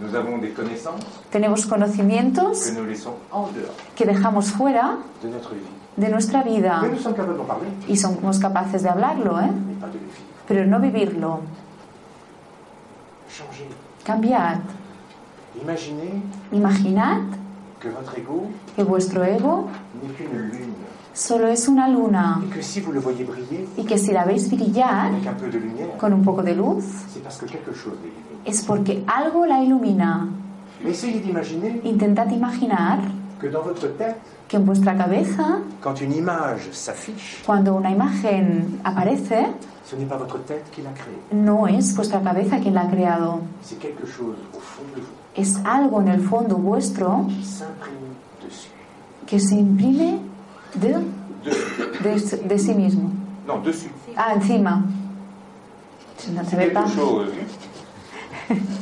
Speaker 2: Nous avons des connaissances
Speaker 1: Tenemos
Speaker 2: que
Speaker 1: conocimientos
Speaker 2: nous laissons en dehors
Speaker 1: que dejamos fuera
Speaker 2: de notre vie.
Speaker 1: de nuestra vida
Speaker 2: Mais nous sommes capables d'en parler,
Speaker 1: y somos capaces de hablarlo, ¿eh?
Speaker 2: mais pas de le vivre.
Speaker 1: Pero no vivirlo.
Speaker 2: Changez.
Speaker 1: Cambiad.
Speaker 2: Imaginez
Speaker 1: Imaginad
Speaker 2: que votre ego
Speaker 1: que vuestro ego
Speaker 2: n'est qu'une lune
Speaker 1: solo es una luna
Speaker 2: et que si vous le voyez briller
Speaker 1: y que si la veis brillar
Speaker 2: avec un peu de lumière,
Speaker 1: con un poco de luz
Speaker 2: c'est parce que quelque chose est élevé.
Speaker 1: es porque algo la ilumina.
Speaker 2: Essayez d'imaginer
Speaker 1: Intentad imaginar
Speaker 2: que dans votre tête,
Speaker 1: que en vuestra cabeza,
Speaker 2: quand une image s'affiche,
Speaker 1: cuando una imagen aparece,
Speaker 2: ce n'est pas votre tête qui l'a créée.
Speaker 1: no es vuestra cabeza quien la ha creado.
Speaker 2: C'est quelque chose au fond de vous
Speaker 1: Es algo en el fondo vuestro
Speaker 2: qui s'imprime dessus.
Speaker 1: que se imprime de,
Speaker 2: Dessus.
Speaker 1: de, de sí mismo.
Speaker 2: Non, dessus.
Speaker 1: Ah, encima. Se no se
Speaker 2: C'est
Speaker 1: ve
Speaker 2: quelque
Speaker 1: pa-
Speaker 2: chose.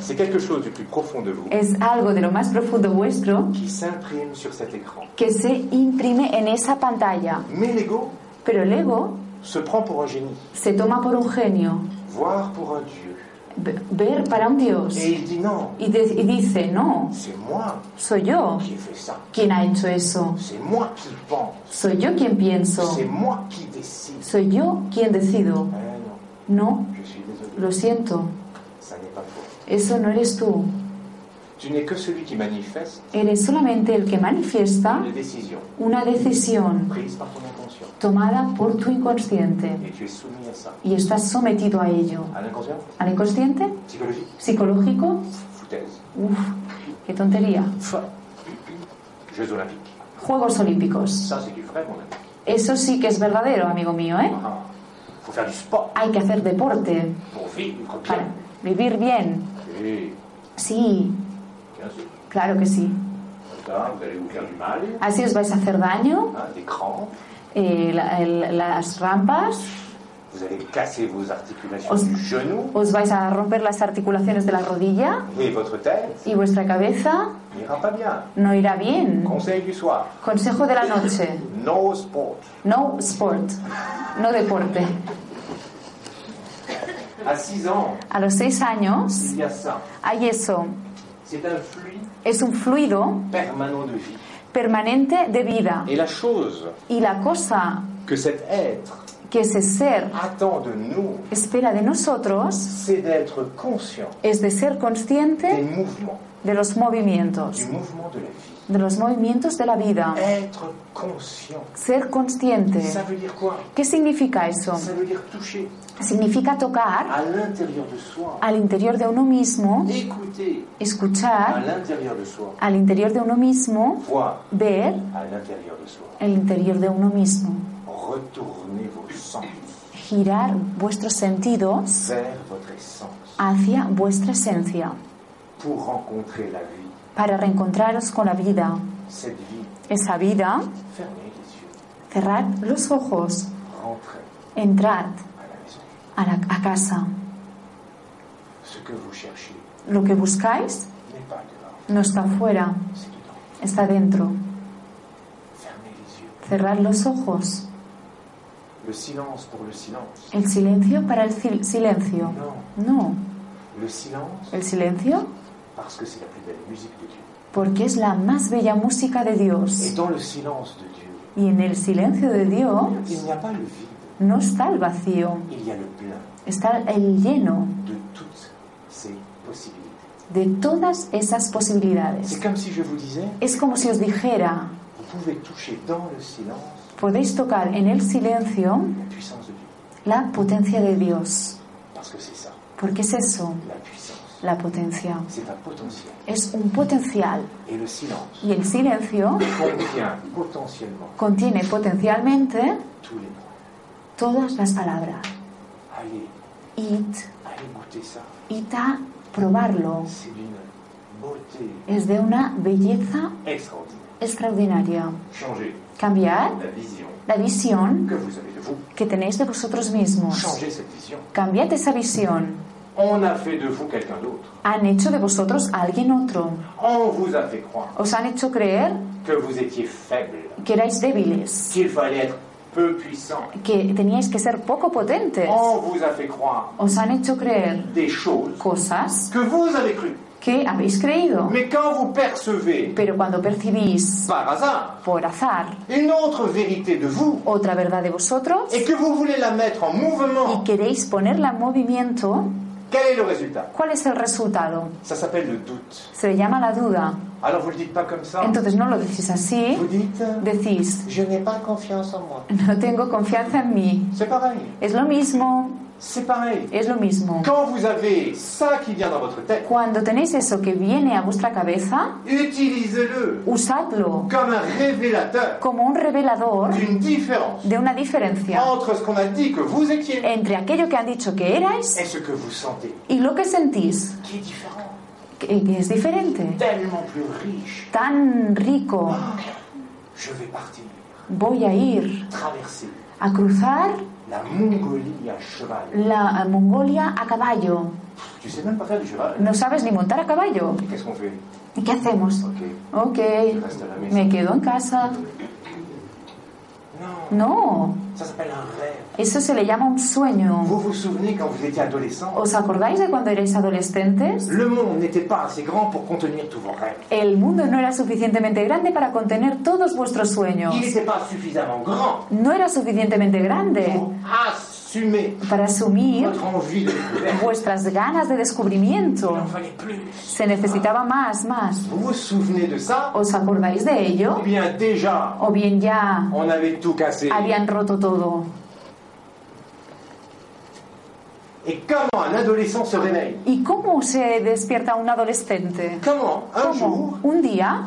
Speaker 2: C'est quelque chose du plus profond de vous
Speaker 1: Es algo de lo más profundo vuestro
Speaker 2: qui s'imprime sur cet écran.
Speaker 1: que se imprime en esa pantalla.
Speaker 2: Mais l'ego
Speaker 1: Pero el ego
Speaker 2: se prend pour un génie,
Speaker 1: se toma por un genio,
Speaker 2: voire pour un dieu.
Speaker 1: ve- ver para un dios
Speaker 2: Et il dit non,
Speaker 1: y, de- y dice, no,
Speaker 2: c'est moi
Speaker 1: soy yo
Speaker 2: qui ai fait ça.
Speaker 1: quien ha hecho eso,
Speaker 2: C'est moi qui pense.
Speaker 1: soy yo quien pienso,
Speaker 2: C'est moi qui décide.
Speaker 1: soy yo quien decido.
Speaker 2: Eh non,
Speaker 1: No,
Speaker 2: je suis désolé.
Speaker 1: lo siento,
Speaker 2: Ça n'est pas faux.
Speaker 1: eso no eres tú,
Speaker 2: Tu n'es que celui qui manifeste
Speaker 1: eres solamente el que manifiesta
Speaker 2: les décisions
Speaker 1: una decisión
Speaker 2: prises par ton inconscient.
Speaker 1: tomada por tu inconsciente
Speaker 2: Et tu es soumis à ça.
Speaker 1: y estás sometido a ello.
Speaker 2: À l'inconscient
Speaker 1: ¿Al inconsciente?
Speaker 2: Psychologie
Speaker 1: ¿Psicológico?
Speaker 2: Foutaise.
Speaker 1: Uf, qué tontería.
Speaker 2: Jeux olympiques.
Speaker 1: Juegos Olímpicos.
Speaker 2: Ça, c'est du vrai, mon ami.
Speaker 1: Eso sí que es verdadero, amigo mío, ¿eh?
Speaker 2: Ah, faut faire du sport
Speaker 1: Hay que hacer deporte
Speaker 2: pour vivre
Speaker 1: para
Speaker 2: bien.
Speaker 1: vivir bien.
Speaker 2: Et,
Speaker 1: Sí,
Speaker 2: bien sûr,
Speaker 1: claro que sí.
Speaker 2: comme ça, vous allez vous faire du mal,
Speaker 1: Así os vais a hacer daño,
Speaker 2: hein, des crampes,
Speaker 1: eh, la- el- las rampas,
Speaker 2: vous allez casser vos articulations
Speaker 1: Os-
Speaker 2: du genou
Speaker 1: os vais a romper las articulaciones de la rodilla
Speaker 2: et votre tête
Speaker 1: y vuestra cabeza
Speaker 2: n'ira pas bien.
Speaker 1: no irá bien.
Speaker 2: Conseil du soir,
Speaker 1: Consejo de la noche,
Speaker 2: no sport.
Speaker 1: no sport, no deporte.
Speaker 2: À 6 ans,
Speaker 1: A los seis años
Speaker 2: il y a ça.
Speaker 1: hay eso.
Speaker 2: C'est un flux
Speaker 1: Es un fluido
Speaker 2: permanent de vie.
Speaker 1: permanente de vida.
Speaker 2: Et la chose
Speaker 1: Y la cosa
Speaker 2: que cet être
Speaker 1: que ese ser
Speaker 2: attend de nous,
Speaker 1: espera de nosotros
Speaker 2: c'est d'être conscient
Speaker 1: es de ser
Speaker 2: des
Speaker 1: consciente
Speaker 2: mouvements,
Speaker 1: de los
Speaker 2: du
Speaker 1: movimientos,
Speaker 2: mouvement de la vie.
Speaker 1: de los movimientos de la vida.
Speaker 2: Être conscient,
Speaker 1: Ser consciente.
Speaker 2: ça veut dire quoi
Speaker 1: ¿Qué significa eso?
Speaker 2: Ça veut dire toucher
Speaker 1: Significa tocar
Speaker 2: à l'intérieur de soi,
Speaker 1: al interior de uno mismo,
Speaker 2: écouter à
Speaker 1: escuchar
Speaker 2: l'intérieur de soi,
Speaker 1: al interior de uno mismo,
Speaker 2: voir
Speaker 1: ver
Speaker 2: à l'intérieur de soi.
Speaker 1: el interior de uno mismo,
Speaker 2: Retournez vos sens
Speaker 1: girar vuestros sentidos
Speaker 2: vers votre essence
Speaker 1: hacia vuestra esencia
Speaker 2: pour rencontrer la vie,
Speaker 1: para reencontraros con la vida.
Speaker 2: cette vie.
Speaker 1: Esa vida,
Speaker 2: Fermez les yeux,
Speaker 1: cerrad los ojos,
Speaker 2: rentrez à
Speaker 1: entrad
Speaker 2: la maison.
Speaker 1: a, la- a casa.
Speaker 2: Ce que vous cherchez
Speaker 1: Lo que buscáis
Speaker 2: n'est pas dehors,
Speaker 1: no está fuera,
Speaker 2: c'est dedans.
Speaker 1: está dentro.
Speaker 2: Fermez les yeux.
Speaker 1: Cerrad los ojos.
Speaker 2: Le silence pour le silence.
Speaker 1: El silencio para el sil- silencio.
Speaker 2: Non,
Speaker 1: No,
Speaker 2: le silence
Speaker 1: el silencio
Speaker 2: parce que c'est la plus belle musique de Dieu.
Speaker 1: porque es la más bella música de
Speaker 2: Et
Speaker 1: Dios.
Speaker 2: dans le silence de Dieu,
Speaker 1: Y en el silencio de
Speaker 2: il
Speaker 1: Dios
Speaker 2: n'y a pas le vide,
Speaker 1: no está el vacío,
Speaker 2: il y a le plein.
Speaker 1: está el lleno
Speaker 2: de toutes ces possibilités.
Speaker 1: de todas esas
Speaker 2: C'est
Speaker 1: posibilidades.
Speaker 2: comme si je vous disais,
Speaker 1: Es como si os dijera,
Speaker 2: vous pouvez toucher dans le silence
Speaker 1: podéis tocar en el silencio
Speaker 2: la puissance de Dieu.
Speaker 1: la potencia de Dios.
Speaker 2: Parce que c'est ça,
Speaker 1: Porque es eso,
Speaker 2: la puissance.
Speaker 1: la potencia.
Speaker 2: C'est un potentiel.
Speaker 1: Es un potencial
Speaker 2: Et le silence
Speaker 1: y el silencio
Speaker 2: contient potentiellement
Speaker 1: contiene potencialmente
Speaker 2: tous les mots.
Speaker 1: todas las palabras.
Speaker 2: Allez,
Speaker 1: It,
Speaker 2: allez goûter ça.
Speaker 1: ita, probarlo.
Speaker 2: C'est d'une beauté
Speaker 1: Es de una belleza
Speaker 2: extraordinaire.
Speaker 1: extraordinaria.
Speaker 2: Changez
Speaker 1: Cambiar
Speaker 2: la vision
Speaker 1: la visión
Speaker 2: que vous avez de vous.
Speaker 1: que tenéis de vosotros mismos.
Speaker 2: Changez cette vision.
Speaker 1: Cambiad esa visión.
Speaker 2: On a fait de vous quelqu'un d'autre.
Speaker 1: Han hecho de vosotros a alguien otro.
Speaker 2: On vous a fait croire
Speaker 1: Os han hecho creer
Speaker 2: que vous étiez faible,
Speaker 1: que erais débiles,
Speaker 2: qu'il fallait être peu puissant.
Speaker 1: que teníais que ser poco potentes.
Speaker 2: On vous a fait croire
Speaker 1: Os han hecho creer
Speaker 2: des choses
Speaker 1: cosas
Speaker 2: que vous avez crues.
Speaker 1: que habéis creído.
Speaker 2: Mais quand vous percevez,
Speaker 1: Pero cuando percibís
Speaker 2: par hasard,
Speaker 1: por azar
Speaker 2: une autre vérité de vous
Speaker 1: otra verdad de vosotros
Speaker 2: et que vous voulez la mettre en
Speaker 1: y
Speaker 2: mouvement,
Speaker 1: queréis ponerla en movimiento,
Speaker 2: quel est le résultat
Speaker 1: ¿cuál es el resultado?
Speaker 2: Ça s'appelle le doute.
Speaker 1: Se le llama la duda.
Speaker 2: Alors vous le dites pas comme ça.
Speaker 1: Entonces no lo decís así,
Speaker 2: Vous dites,
Speaker 1: decís,
Speaker 2: je n'ai pas confiance en moi.
Speaker 1: no tengo confianza en mí.
Speaker 2: C'est pareil.
Speaker 1: Es lo mismo,
Speaker 2: C'est pareil.
Speaker 1: Es lo mismo.
Speaker 2: Quand vous avez ça qui vient dans votre tête,
Speaker 1: Cuando tenéis eso que viene a vuestra cabeza,
Speaker 2: utilisez-le
Speaker 1: usadlo
Speaker 2: comme un révélateur
Speaker 1: como un revelador
Speaker 2: d'une différence
Speaker 1: de una diferencia
Speaker 2: entre ce qu'on a dit que vous étiez
Speaker 1: entre aquello que han dicho que
Speaker 2: et
Speaker 1: erais
Speaker 2: ce que vous sentez,
Speaker 1: y lo que sentís,
Speaker 2: qui est différent,
Speaker 1: que que es diferente.
Speaker 2: tellement plus riche.
Speaker 1: Tan rico,
Speaker 2: Je vais partir,
Speaker 1: voy a ir
Speaker 2: traverser
Speaker 1: a cruzar
Speaker 2: la Mongolie à cheval.
Speaker 1: la Mongolia a caballo.
Speaker 2: Tu sais même pas faire du cheval.
Speaker 1: No sabes ni montar a caballo.
Speaker 2: Qu'est-ce qu'on fait
Speaker 1: ¿Y qué hacemos?
Speaker 2: Ok,
Speaker 1: Ok,
Speaker 2: je reste à la maison.
Speaker 1: me quedo en casa.
Speaker 2: Non,
Speaker 1: No,
Speaker 2: ça s'appelle un rêve.
Speaker 1: eso se le llama un sueño.
Speaker 2: Vous vous souvenez quand vous étiez adolescent
Speaker 1: ¿Os acordáis de cuando erais adolescentes?
Speaker 2: Le monde n'était pas assez grand pour contenir tous vos rêves.
Speaker 1: El mundo no era suficientemente grande para contener todos vuestros sueños.
Speaker 2: Il n'était pas suffisamment grand
Speaker 1: No era suficientemente grande
Speaker 2: pour assumer
Speaker 1: para asumir
Speaker 2: votre envie de découverte.
Speaker 1: vuestras ganas
Speaker 2: Il
Speaker 1: de
Speaker 2: en
Speaker 1: descubrimiento.
Speaker 2: fallait plus.
Speaker 1: Se necesitaba más, más.
Speaker 2: Vous vous souvenez de ça
Speaker 1: ¿Os acordáis de
Speaker 2: Eh
Speaker 1: ello?
Speaker 2: bien, déjà,
Speaker 1: ¿O bien ya
Speaker 2: on avait tout cassé.
Speaker 1: habían roto todo?
Speaker 2: Et comment un adolescent se réveille
Speaker 1: ¿Y cómo se despierta un adolescente?
Speaker 2: Comment, un
Speaker 1: ¿Cómo?
Speaker 2: jour,
Speaker 1: Un día,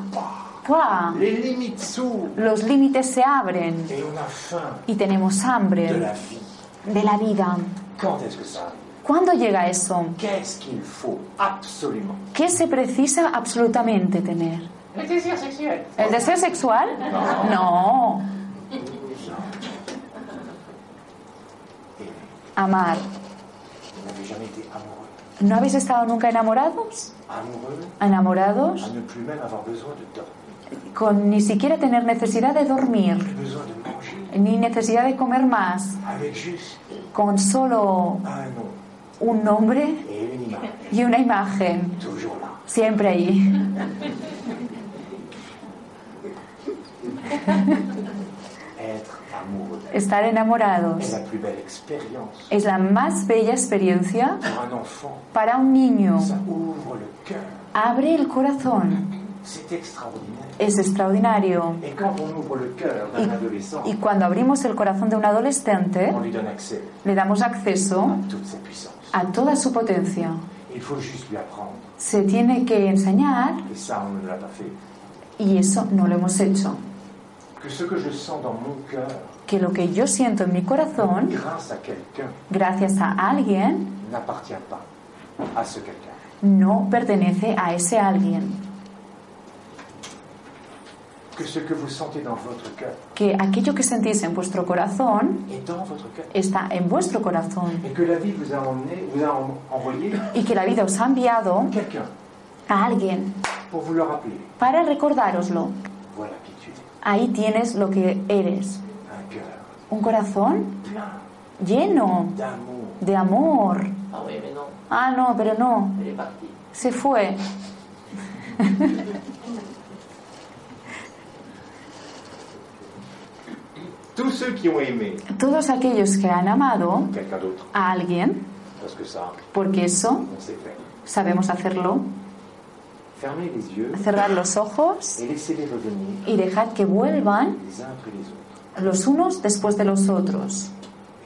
Speaker 1: ¡pua!
Speaker 2: les limites s'ouvrent
Speaker 1: los límites se abren
Speaker 2: et on a faim
Speaker 1: y tenemos
Speaker 2: de
Speaker 1: hambre
Speaker 2: la vie.
Speaker 1: de la vida.
Speaker 2: Quand est-ce que ça arrive
Speaker 1: ¿Cuándo llega eso?
Speaker 2: Qu'est-ce qu'il faut absolument
Speaker 1: ¿Qué se precisa absolutamente tener?
Speaker 2: Le désir sexuel.
Speaker 1: ¿El deseo sexual? No.
Speaker 2: Et
Speaker 1: Amar.
Speaker 2: vous n'avez jamais été amoureux.
Speaker 1: ¿No habéis estado nunca enamorados?
Speaker 2: Amoureux à
Speaker 1: Enamorados
Speaker 2: ne plus même avoir besoin de dormir,
Speaker 1: con ni siquiera tener necesidad de dormir,
Speaker 2: plus besoin de manger,
Speaker 1: ni necesidad de comer más,
Speaker 2: avec juste
Speaker 1: con solo
Speaker 2: un nom
Speaker 1: un nombre
Speaker 2: et une image,
Speaker 1: y una imagen,
Speaker 2: toujours là.
Speaker 1: siempre ahí.
Speaker 2: Être amoureux
Speaker 1: Estar
Speaker 2: est
Speaker 1: enamorados
Speaker 2: la plus belle expérience
Speaker 1: es la más bella experiencia
Speaker 2: pour un enfant.
Speaker 1: para un niño.
Speaker 2: Ça ouvre le cœur,
Speaker 1: Abre el corazón,
Speaker 2: c'est extraordinaire.
Speaker 1: es extraordinario.
Speaker 2: Et quand on ouvre le cœur d'un adolescent,
Speaker 1: Y cuando abrimos el corazón de un adolescente,
Speaker 2: on lui donne accès
Speaker 1: le damos acceso
Speaker 2: à toute sa puissance.
Speaker 1: a toda su potencia.
Speaker 2: Il faut juste lui apprendre.
Speaker 1: Se tiene que enseñar,
Speaker 2: Et ça, on ne l'a pas fait.
Speaker 1: y eso no lo hemos hecho,
Speaker 2: Que ce que je sens dans mon cœur,
Speaker 1: que lo que yo siento en mi corazón,
Speaker 2: grâce à quelqu'un,
Speaker 1: gracias a alguien,
Speaker 2: n'appartient pas à ce quelqu'un.
Speaker 1: no pertenece a ese alguien.
Speaker 2: Que ce que vous sentez dans votre cœur
Speaker 1: Que aquello que sentís en vuestro corazón
Speaker 2: est dans votre cœur.
Speaker 1: está en vuestro corazón.
Speaker 2: Et que la vie vous a emmené, vous a en- envoyé
Speaker 1: Y que la vida os ha enviado
Speaker 2: quelqu'un
Speaker 1: a alguien
Speaker 2: pour vous le rappeler.
Speaker 1: para recordároslo.
Speaker 2: Voilà qui tu es.
Speaker 1: Ahí tienes lo que eres.
Speaker 2: Un cœur
Speaker 1: Un corazón
Speaker 2: plein
Speaker 1: lleno
Speaker 2: d'amour.
Speaker 1: de amor.
Speaker 3: Ah ouais, mais non,
Speaker 1: Ah, no, pero no.
Speaker 3: elle est partie.
Speaker 1: Se fue.
Speaker 2: Tous ceux qui ont aimé
Speaker 1: Todos aquellos que han amado
Speaker 2: quelqu'un d'autre,
Speaker 1: a alguien,
Speaker 2: parce que ça,
Speaker 1: porque eso
Speaker 2: on sait faire.
Speaker 1: sabemos hacerlo,
Speaker 2: Fermez les yeux
Speaker 1: cerrar los ojos
Speaker 2: et laissez-les revenir
Speaker 1: y dejad que vuelvan
Speaker 2: les uns après les autres.
Speaker 1: los unos después de los otros.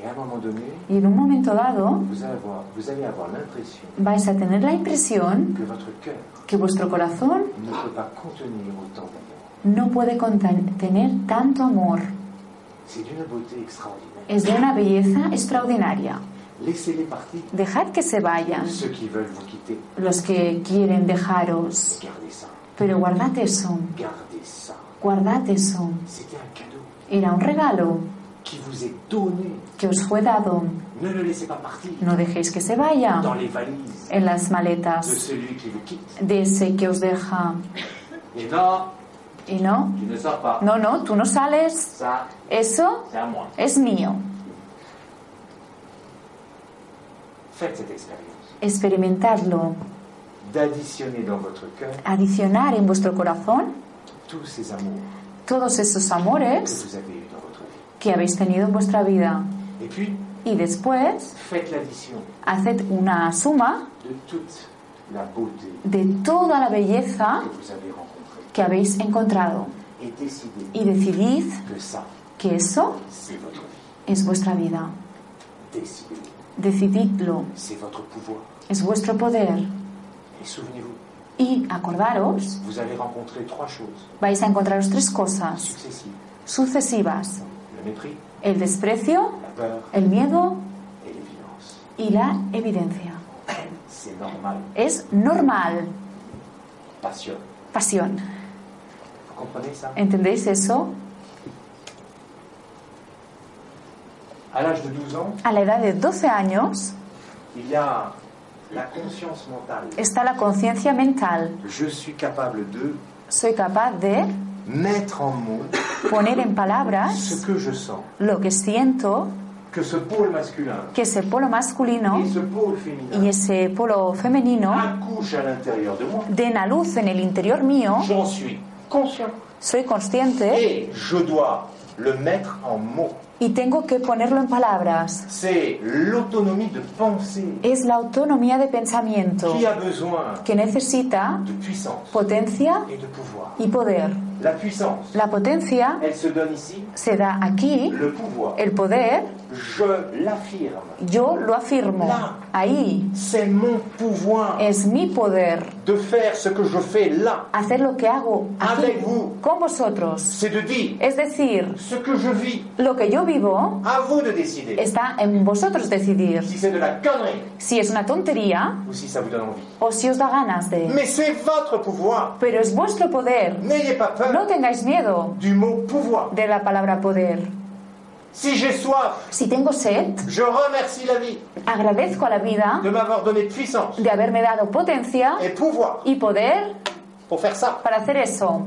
Speaker 2: Et à un moment donné,
Speaker 1: Y en un momento dado
Speaker 2: vous allez avoir, vous allez avoir l'impression
Speaker 1: vais a tener la impresión
Speaker 2: que votre cœur
Speaker 1: que vuestro corazón
Speaker 2: ne peut pas contenir autant d'amour.
Speaker 1: no puede contener tanto amor.
Speaker 2: C'est d'une beauté extraordinaire.
Speaker 1: Es de una belleza extraordinaria.
Speaker 2: Laissez-les partir.
Speaker 1: Dejad que se vayan
Speaker 2: Ceux qui veulent vous quitter,
Speaker 1: los que quieren dejaros,
Speaker 2: gardez ça.
Speaker 1: pero guardad eso,
Speaker 2: Gardez ça.
Speaker 1: guardad eso.
Speaker 2: C'était un cadeau
Speaker 1: Era un regalo
Speaker 2: qui vous est donné.
Speaker 1: que os fue dado.
Speaker 2: Ne le laissez pas partir
Speaker 1: No dejéis que se vaya
Speaker 2: dans les valises
Speaker 1: en las
Speaker 2: de
Speaker 1: maletas
Speaker 2: celui qui vous quitte.
Speaker 1: de ese que os deja.
Speaker 2: Et non,
Speaker 1: Y no,
Speaker 2: tu ne sors pas.
Speaker 1: no, no, tú no sales.
Speaker 2: Ça,
Speaker 1: Eso
Speaker 2: c'est à moi.
Speaker 1: es mío.
Speaker 2: Faites cette expérience.
Speaker 1: Experimentadlo.
Speaker 2: D'additionner dans votre cœur
Speaker 1: Adicionar en vuestro corazón
Speaker 2: tous ces amours
Speaker 1: todos esos
Speaker 2: que
Speaker 1: amores
Speaker 2: vous avez eus dans votre vie.
Speaker 1: que habéis tenido en vuestra vida.
Speaker 2: Et puis,
Speaker 1: Y después,
Speaker 2: faites l'addition
Speaker 1: haced una suma
Speaker 2: de toute la beauté
Speaker 1: de toda la belleza
Speaker 2: que vous avez rencontrée.
Speaker 1: que habéis encontrado
Speaker 2: Et décidez
Speaker 1: y decidid
Speaker 2: que ça,
Speaker 1: que eso
Speaker 2: c'est votre vie.
Speaker 1: es vuestra vida.
Speaker 2: Décidez.
Speaker 1: Decididlo.
Speaker 2: c'est votre pouvoir.
Speaker 1: Es vuestro poder.
Speaker 2: Et souvenez-vous,
Speaker 1: Y acordaros,
Speaker 2: vous allez rencontrer trois choses
Speaker 1: vais a encontraros tres cosas
Speaker 2: successives.
Speaker 1: sucesivas.
Speaker 2: Le mépris,
Speaker 1: El desprecio,
Speaker 2: la peur
Speaker 1: el miedo
Speaker 2: et l'évidence.
Speaker 1: y la evidencia.
Speaker 2: C'est normal,
Speaker 1: Es normal.
Speaker 2: passion.
Speaker 1: Pasión.
Speaker 2: Vous comprenez ça
Speaker 1: ¿Entendéis eso?
Speaker 2: À l'âge de 12 ans,
Speaker 1: A la edad de 12 años
Speaker 2: il y a la conscience mentale.
Speaker 1: está la conciencia mental.
Speaker 2: Je suis capable de
Speaker 1: Soy capaz de
Speaker 2: mettre en mots
Speaker 1: poner en palabras
Speaker 2: ce que je sens.
Speaker 1: lo que siento,
Speaker 2: Que ce pôle masculin
Speaker 1: que ese polo masculino
Speaker 2: et ce pôle féminin
Speaker 1: y ese polo femenino
Speaker 2: accouchent à l'intérieur de moi.
Speaker 1: den a luz en el interior mío.
Speaker 2: J'en suis conscient.
Speaker 1: Soy consciente
Speaker 2: Et je dois le mettre en mots.
Speaker 1: y tengo que ponerlo en palabras.
Speaker 2: C'est l'autonomie de pensée
Speaker 1: Es la autonomía de pensamiento
Speaker 2: qui a besoin
Speaker 1: que necesita
Speaker 2: de puissance
Speaker 1: potencia
Speaker 2: et de pouvoir.
Speaker 1: y poder.
Speaker 2: La puissance,
Speaker 1: La potencia
Speaker 2: elle se donne ici,
Speaker 1: se da aquí,
Speaker 2: le pouvoir.
Speaker 1: el poder,
Speaker 2: Je l'affirme.
Speaker 1: yo lo afirmo. Ahí
Speaker 2: C'est mon pouvoir
Speaker 1: es mi poder
Speaker 2: de faire ce que je fais là.
Speaker 1: hacer lo que hago aquí
Speaker 2: Avec vous.
Speaker 1: con vosotros.
Speaker 2: C'est de dire
Speaker 1: Es decir,
Speaker 2: ce que je vis.
Speaker 1: lo que yo vivo
Speaker 2: À vous de décider
Speaker 1: está en vosotros decidir
Speaker 2: si c'est de la connerie
Speaker 1: si es una tontería
Speaker 2: ou si ça vous donne envie.
Speaker 1: o si os da ganas de.
Speaker 2: Mais c'est votre pouvoir.
Speaker 1: Pero es vuestro poder.
Speaker 2: N'ayez pas peur
Speaker 1: No tengáis miedo
Speaker 2: du mot pouvoir.
Speaker 1: de la palabra poder.
Speaker 2: Si j'ai soif,
Speaker 1: Si tengo sed,
Speaker 2: je remercie la vie
Speaker 1: agradezco a la vida
Speaker 2: de m'avoir donné puissance
Speaker 1: de haberme dado potencia
Speaker 2: et pouvoir
Speaker 1: y poder
Speaker 2: pour faire ça.
Speaker 1: para hacer eso.